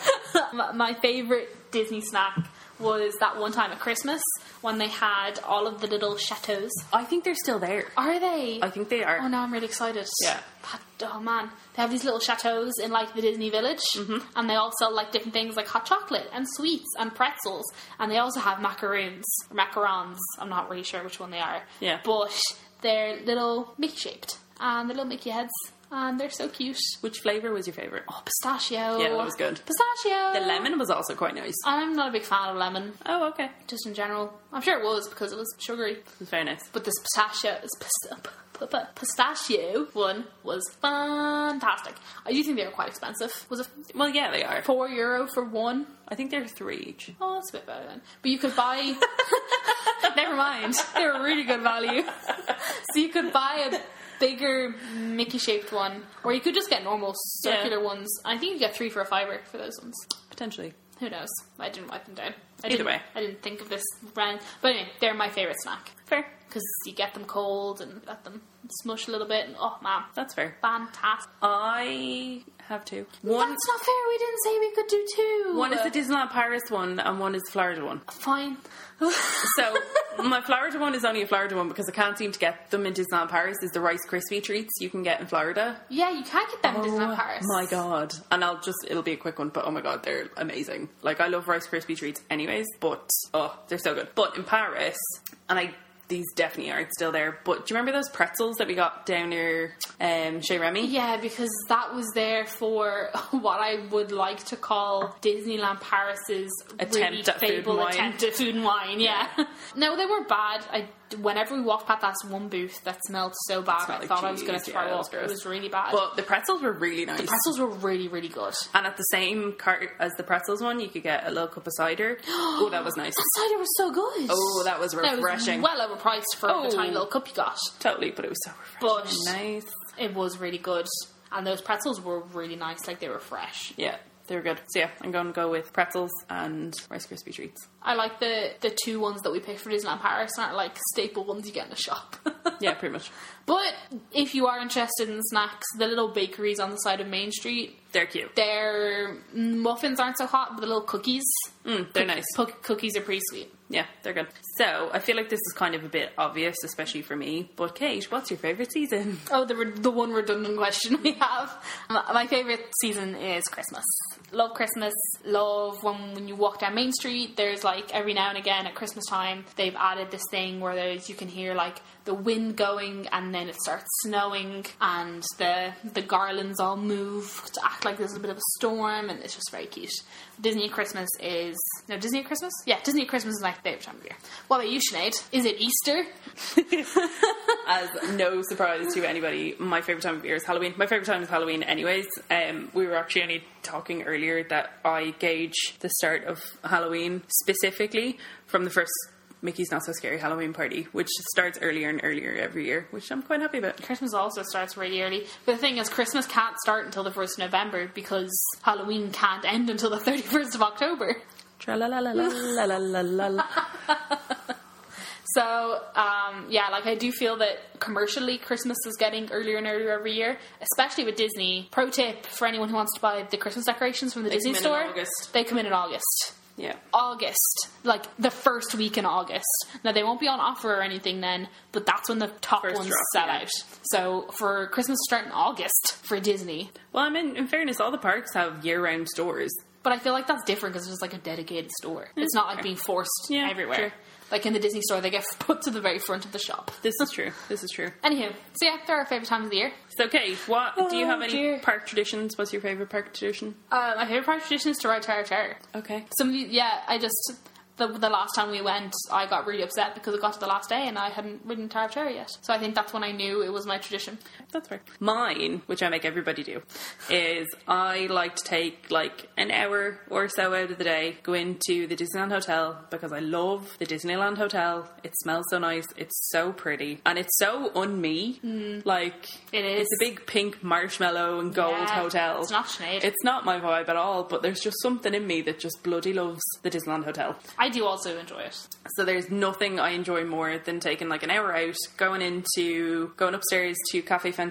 My- my favorite Disney snack was that one time at Christmas when they had all of the little chateaus.
I think they're still there.
Are they?
I think they are.
Oh no, I'm really excited.
Yeah.
That- oh man, they have these little chateaus in like the Disney Village,
Mm-hmm.
and they all sell like different things like hot chocolate and sweets and pretzels, and they also have macaroons, macarons. I'm not really sure which one they are.
Yeah.
But they're little Mickey shaped, and they're little Mickey heads, and they're so cute.
Which flavour was your favourite?
Oh, pistachio.
Yeah, that was good.
Pistachio.
The lemon was also quite nice.
I'm not a big fan of lemon,
Oh, okay.
just in general. I'm sure it was because it was sugary.
It was very nice.
But this pistachio, this pis- p- p- p- pistachio one was fantastic. I do think they were quite expensive. Was it
Well, yeah, they are.
four euro for one?
I think they're three each.
Oh, that's a bit better then. But you could buy. Never mind. They were really good value. so you could buy a bigger Mickey shaped one, or you could just get normal circular ones. I think you get three for a fiver for those ones.
Potentially.
Who knows? I didn't wipe them down. I
Either
didn't,
way.
I didn't think of this brand. But anyway, they're my favourite snack.
Fair.
because you get them cold and let them smush a little bit, and oh man,
That's fair.
fantastic!
I have two. One
That's not fair. We didn't say we could do two.
one is the Disneyland Paris one and one is the Florida one.
fine.
So my Florida one is only a Florida one because I can't seem to get them in Disneyland Paris is the Rice Krispie treats you can get in Florida.
yeah, you can get them in Disneyland Paris.
Oh, my god. And I'll just it'll be a quick one, but oh my god, they're amazing. Like I love Rice Krispie treats anyways, but oh, they're so good. But in Paris and I these definitely aren't still there. But do you remember those pretzels that we got down near um Chez Remy?
Yeah, because that was there for what I would like to call Disneyland Paris's
Attempt
really
at food
feeble
and wine.
attempt at food and wine. Yeah, no, they were bad. I whenever we walked past that one booth that smelled so bad, I
Smelled like
thought I was
cheese.
going to
Yeah,
throw
that was
up. It
gross.
was really bad.
But the pretzels were really nice.
pretzels were really, really good.
And at the same cart as the pretzels one, you could get a little cup of cider. oh, that was nice.
cider was so good.
Oh, that was
That
refreshing.
well overpriced for
Oh.
the tiny little cup you got.
Totally, but it was so refreshing.
But-
and nice.
It was really good. And those pretzels were really nice, like they were fresh.
Yeah, they were good. So yeah, I'm going to go with pretzels and Rice Krispie treats.
I like the the two ones that we picked for Disneyland Paris aren't like staple ones you get in the shop.
Yeah, pretty much.
but if you are interested in snacks, the little bakeries on the side of Main Street,
They're cute.
their muffins aren't so hot, but the little cookies,
Mm, they're nice.
Cook- cookies are pretty sweet.
Yeah, they're good. So I feel like this is kind of a bit obvious, especially for me. But Kate, what's your favorite season?
Oh, the, re- the one redundant question we have. My my favourite season is Christmas. Love Christmas. Love when, when you walk down Main Street, there's like every now and again at Christmas time, they've added this thing where there's, you can hear like the wind going and then it starts snowing and the, the garlands all move to act like there's a bit of a storm and it's just very cute. Disney at Christmas is. No, Disney at Christmas? Yeah, Disney at Christmas is my favourite time of year. What about you, Sinead? Is it Easter?
As no surprise to anybody, my favorite time of year is Halloween. My favorite time is Halloween, anyways. Um, we were actually only talking earlier that I gauge the start of Halloween specifically from the first Mickey's Not So Scary Halloween party, which starts earlier and earlier every year, which I'm quite happy about.
Christmas also starts really early. But the thing is, Christmas can't start until the 1st of November because Halloween can't end until the 31st of October.
Tra-la-la-la-la-la-la-la-la.
So, um, yeah, like I do feel that commercially Christmas is getting earlier and earlier every year, especially with Disney. Pro tip for anyone who wants to buy the Christmas decorations from the
come
Disney
in in
store
August.
they come in in August.
yeah.
August, like the first week in August. Now they won't be on offer or anything then, but that's when the top
First
ones
drop,
sell
yeah.
out. So for Christmas to start in August for Disney,
Well, I mean, in fairness, all the parks have year-round stores.
But I feel like that's different because it's just like a dedicated store. It's not like being forced
Yeah,
everywhere.
true.
Like in the Disney store, they get put to the very front of the shop.
This is true. This is true.
Anywho, so yeah, they're our favourite times of the year.
So, Kate, what do you
Oh,
have any
dear.
park traditions? What's your favorite park tradition?
Uh, my favourite part of tradition is to ride Terror Terror.
Okay.
Some of you, yeah, I just, the, the last time we went, I got really upset because it got to the last day and I hadn't ridden Terror Terror yet. So I think that's when I knew it was my tradition.
That's fair. Mine, which I make everybody do, is I like to take like an hour or so out of the day, go into the Disneyland Hotel because I love the Disneyland Hotel. It smells so nice, it's so pretty, and it's so un me. Like
Mm. It
It's
is.
a big pink marshmallow and gold
Yeah,
hotel.
it's not Sinead.
It's not my vibe at all, but there's just something in me that just bloody loves the Disneyland Hotel.
I do also enjoy it.
So there's nothing I enjoy more than taking like an hour out, going into going upstairs to Cafe Fantasia.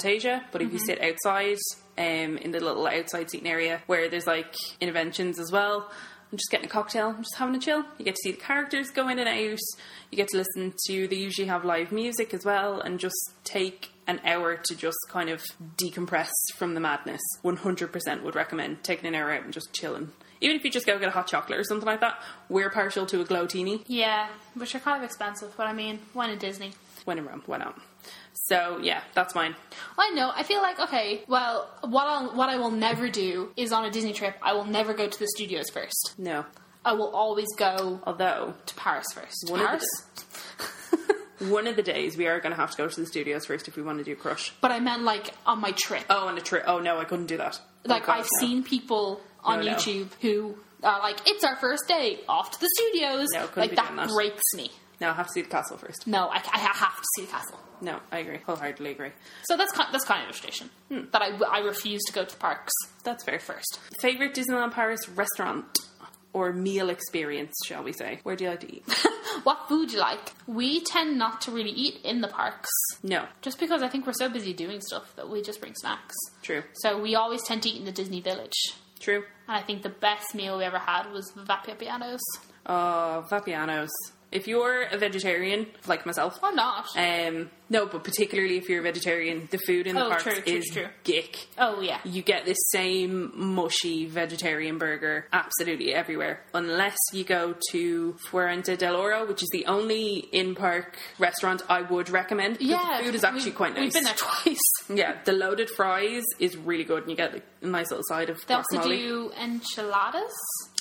But if you sit outside, um, in the little outside seating area where there's like interventions as well, I'm just getting a cocktail. I'm just having a chill. You get to see the characters go in and out. You get to listen to. They usually have live music as well, and just take an hour to just kind of decompress from the madness. 100% would recommend taking an hour out and just chilling. Even if you just go get a hot chocolate or something like that. We're partial to a glowtini.
Yeah, which are kind of expensive, but I mean, one at Disney.
When in Rome, why not? So yeah, that's mine.
I know. I feel like okay. Well, what I'll, what I will never do is on a Disney trip. I will never go to the studios first.
No.
I will always go
Although
to Paris first.
One of
Paris.
one of the days we are going to have to go to the studios first if we want to do Crush.
but I meant like on my trip.
Oh, on a trip. Oh no, I couldn't do that. Oh,
like
God,
I've
no.
seen people on
No, no.
YouTube who are like, "It's our first day off to the studios."
No, couldn't
like
be
that
doing that.
breaks me.
No, I have to see the castle first.
No, I, I have to see the castle.
No, I agree. Wholeheartedly agree.
So that's kind, that's kind of illustration
Hmm.
that I, I refuse to go to the parks
That's fair.
first.
Favorite Disneyland Paris restaurant or meal experience, shall we say? Where do you like to eat?
What food do you like? We tend not to really eat in the parks,
no,
just because I think we're so busy doing stuff that we just bring snacks.
true,
So we always tend to eat in the Disney Village.
true.
And I think the best meal we ever had was Vapiano's.
Oh, Vapiano's. If you're a vegetarian like myself,
Or not.
um, no, but particularly if you're a vegetarian, the food in the
Oh,
parks
true, true,
is
true.
gick.
oh, yeah.
you get this same mushy vegetarian burger absolutely everywhere, unless you go to Fuente del Oro, which is the only in park restaurant I would recommend. 'cause
Yeah.
the food is actually
we-
quite nice.
We've been there twice.
Yeah, the loaded fries is really good, and you get like, a nice little side of
They
guacamole.
also do enchiladas.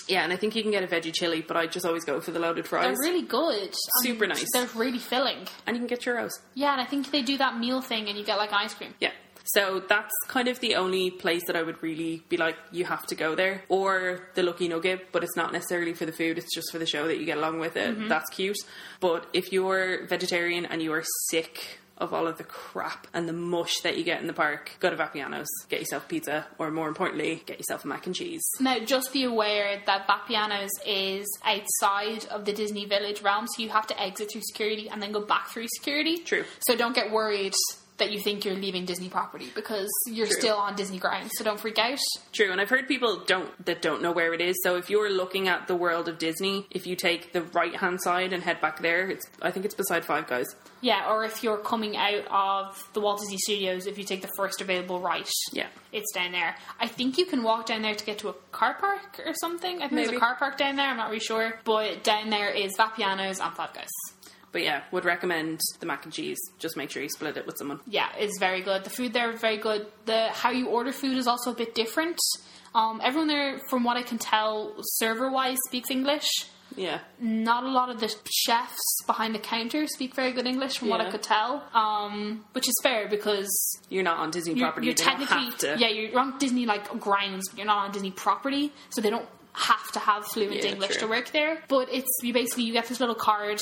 yeah, and I think you can get a veggie chili, but I just always go for the loaded
They're
fries,
really good.
Super
and
nice.
They're really filling.
and you can get churros.
Yeah, and I think they do that meal thing and you get like ice cream.
Yeah. So that's kind of the only place that I would really be like, you have to go there. Or the Lucky Nugget, but it's not necessarily for the food, it's just for the show that you get along with it. That's cute. But if you're vegetarian and you are sick of all of the crap and the mush that you get in the park, go to Vapiano's, get yourself pizza, or more importantly, get yourself a mac and cheese.
Now, just be aware that Vapiano's is outside of the Disney Village realm, so you have to exit through security and then go back through security.
True.
So don't get worried that you think you're leaving Disney property because you're
True.
still on Disney grounds, so don't freak out.
True, and I've heard people don't that don't know where it is. So if you're looking at the world of Disney, if you take the right hand side and head back there, it's I think it's beside Five Guys.
Yeah, or if you're coming out of the Walt Disney Studios, if you take the first available right,
Yeah.
it's down there. I think you can walk down there to get to a car park or something. I think there's a
Maybe.
car park down there. I'm not really sure, but down there is Vapiano's and Five Guys.
But yeah, would recommend the mac and cheese. Just make sure you split it with someone.
Yeah, it's very good. The food there is very good. The how you order food is also a bit different. Um, everyone there, from what I can tell, server wise, speaks English.
Yeah.
Not a lot of the chefs behind the counter speak very good English, from what I
Yeah.
could tell, um, which is fair because
You're not on Disney
you're,
property.
you're
you don't
technically
have to.
yeah you're on Disney like grounds, but you're not on Disney property, so they don't have to have fluent
Yeah,
English to
true.
work there. But it's you basically you get this little card,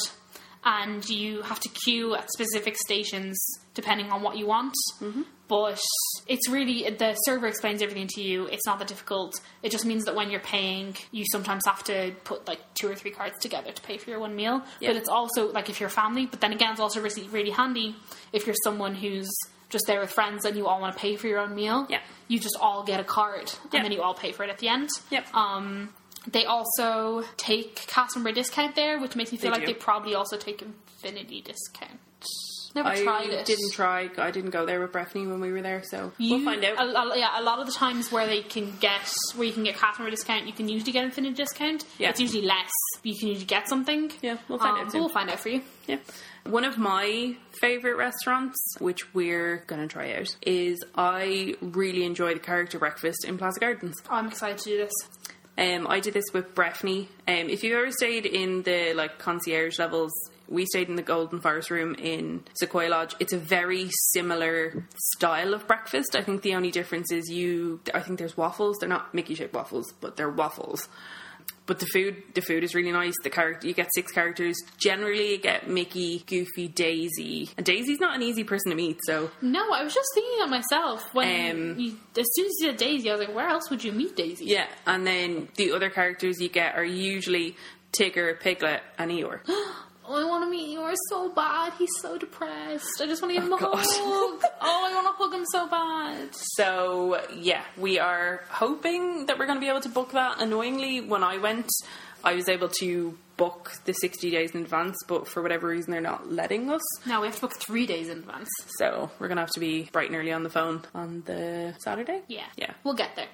and you have to queue at specific stations depending on what you want.
Mm-hmm.
But it's really the server explains everything to you. It's not that difficult. It just means that when you're paying, you sometimes have to put like two or three cards together to pay for your one meal.
Yeah.
But it's also like if you're family. But then again, it's also really, really handy if you're someone who's just there with friends and you all want to pay for your own meal.
Yeah.
You just all get a card
Yeah.
and then you all pay for it at the end.
Yep.
Um, they also take cast member discount there, which makes me feel
They
like
do.
they probably also take infinity discount. Never
I
tried it.
didn't try. I didn't go there with Breffney when we were there, so we'll
You-
find out.
A, a, yeah, a lot of the times where they can get where you can get customer discount, you can usually get infinite discount.
Yeah.
It's usually less, but you can usually get something.
Yeah, we'll find out
but
soon.
We'll find out for you.
yeah. One of my favorite restaurants, which we're gonna try out, is I really enjoy the character breakfast in Plaza Gardens.
I'm excited to do this.
Um, I did this with Breffney. Um, if you've ever stayed in the like concierge levels, we stayed in the Golden Forest room in Sequoia Lodge. It's a very similar style of breakfast. I think the only difference is you. I think there's waffles. They're not Mickey shaped waffles, but they're waffles. But the food, the food is really nice. The character, you get six characters. Generally, you get Mickey, Goofy, Daisy, and Daisy's not an easy person to meet. So
No, I was just thinking of myself when
Um,
you, as soon as you said Daisy, I was like, where else would you meet Daisy?
yeah, and then the other characters you get are usually Tigger, Piglet, and Eeyore.
"Oh, I want to meet yours so bad. He's so depressed. I just want to give him a
God.
hug. Oh, I want to hug him so bad."
So yeah, we are hoping that we're going to be able to book that. Annoyingly, when I went, I was able to book the sixty days in advance, but for whatever reason, they're not letting us.
Now we have to book three days in advance.
So we're going to have to be bright and early on the phone on the Saturday.
Yeah,
Yeah. Mm.
we'll get there.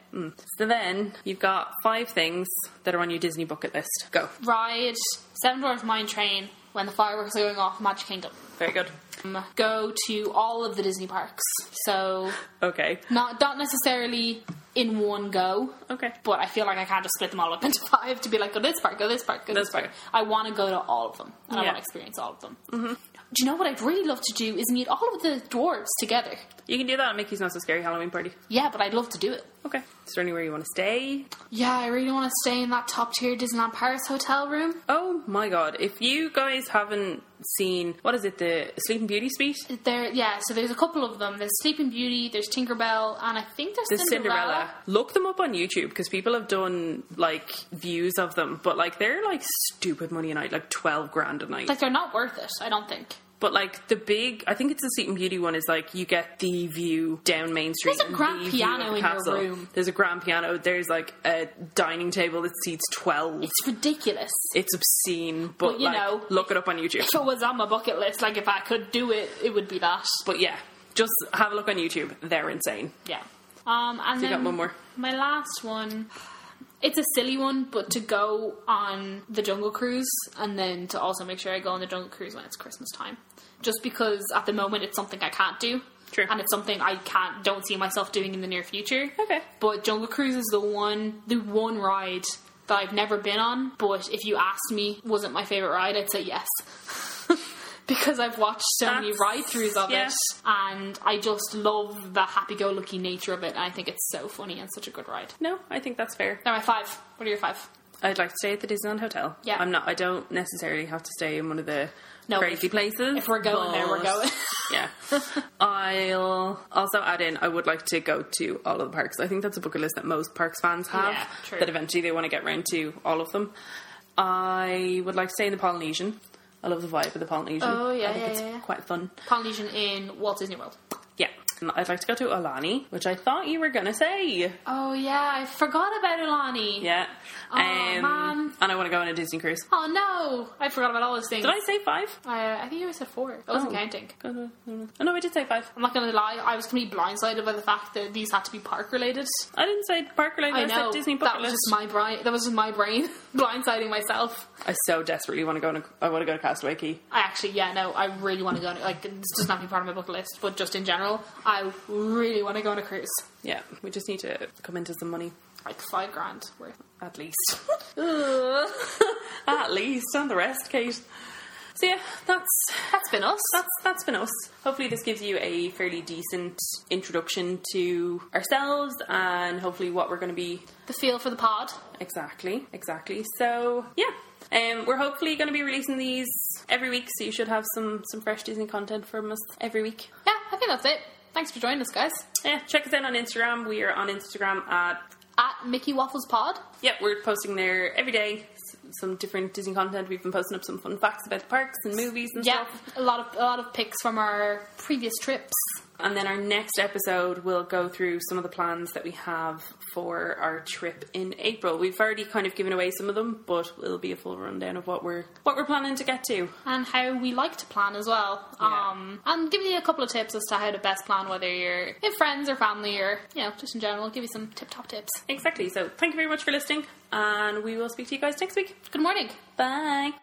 So then you've got five things that are on your Disney bucket list. Go.
Ride Seven Dwarfs Mine Train when the fireworks are going off in Magic Kingdom.
Very good.
Um, Go to all of the Disney parks. So
Okay.
not not necessarily in one go.
Okay.
But I feel like I can't just split them all up into five to be like, go this park, go this park, go this
That's
park.
fair.
I want to go to all of them, and I
Yeah.
want to experience all of them. Mm-hmm. Do you know what I'd really love to do is meet all of the dwarves together.
You can do that at Mickey's Not So Scary Halloween Party.
Yeah, but I'd love to do it.
Okay. Is there anywhere you want to stay?
Yeah, I really want to stay in that top tier Disneyland Paris hotel room.
Oh my god. If you guys haven't seen, what is it, the Sleeping Beauty speech?
There, yeah. So there's a couple of them. There's Sleeping Beauty, there's Tinkerbell, and I think there's
The
Cinderella.
Cinderella. Look them up on YouTube because people have done like views of them, but like they're like stupid money a night, like 12 grand a night.
Like they're not worth it. I don't think.
But like the big, I think it's the Seat and Beauty one is like you get the view down Main Street.
There's a
and
grand
the view of
piano
the
in your
castle.
room.
There's a grand piano. There's like a dining table that seats twelve. It's,
It's ridiculous.
obscene, but
Well, you
like,
know.
look it up on YouTube.
If it was on my bucket list, like if I could do it, it would be that.
But yeah, just have a look on YouTube. They're insane.
Yeah. Um, and
you
then
got one more?
My last one. It's a silly one, but to go on the Jungle Cruise and then to also make sure I go on the Jungle Cruise when it's Christmas time, just because at the moment it's something I can't do.
True.
And it's something I can't don't see myself doing in the near future.
Okay.
But Jungle Cruise is the one the one ride that I've never been on, but if you asked me was it my favorite ride, I'd say yes. because I've watched so many
That's-
ride throughs of
yeah.
it and I just love the happy-go-lucky nature of it. And I think it's so funny and such a good ride.
No, I think that's fair.
They're my five. What are your five?
I'd like to stay at the Disneyland Hotel.
Yeah.
I'm not. I don't necessarily have to stay in one of the
No,
crazy
if-
places.
If we're going there, we're
but-
going.
Yeah. I'll also add in I would like to go to all of the parks. I think that's a bucket list that most parks fans have
Yeah, true.
that eventually they want to get round to all of them. I would like to stay in the Polynesian. I love the vibe of the Polynesian.
Oh, yeah,
I think
yeah,
it's
yeah, yeah.
quite fun.
Polynesian in Walt Disney World.
Yeah. And I'd like to go to Alani, which I thought you were going to say.
Oh yeah, I forgot about Ilani.
Yeah. Um,
Aw, man.
And I want to go on a Disney cruise.
Oh no, I forgot about all those things.
Did I say five?
I, I think you said four. I wasn't
Oh.
counting.
Go to- Oh, no, I did say five.
I'm not gonna lie, I was completely blindsided by the fact that these had to be park related.
I didn't say park related. I,
I know
said Disney
that
bucket
was
list.
just my brain. That was just my brain blindsiding myself.
I so desperately want to go. On a, I want to go to Castaway Key.
I actually, yeah, no, I really want to go. On, like, this does not be part of my bucket list, but just in general, I really want to go on a cruise.
Yeah, we just need to come into some money.
Like five grand worth.
At least. At least. And the rest, Kate. So yeah, that's
That's been us.
that's that's been us. Hopefully this gives you a fairly decent introduction to ourselves and hopefully what we're gonna be
the feel for the pod.
exactly. Exactly. So yeah. Um, we're hopefully going to be releasing these every week, so you should have some some fresh Disney content from us every week.
Yeah, I think that's it. Thanks for joining us, guys.
Yeah, check us out on Instagram. We are on Instagram at
At Mickey Waffles Pod.
Yep, we're posting there every day. S- Some different Disney content. We've been posting up some fun facts about the parks and movies and
Yeah,
stuff.
a lot of a lot of pics from our previous trips.
And then our next episode, we'll go through some of the plans that we have for our trip in April. We've already kind of given away some of them, but it'll be a full rundown of what we're what we're planning to get to.
and how we like to plan as well.
Yeah.
Um, and give you a couple of tips as to how to best plan, whether you're with friends or family or you know just in general. Give you some tip top tips.
Exactly. So thank you very much for listening, and we will speak to you guys next week.
Good morning.
Bye.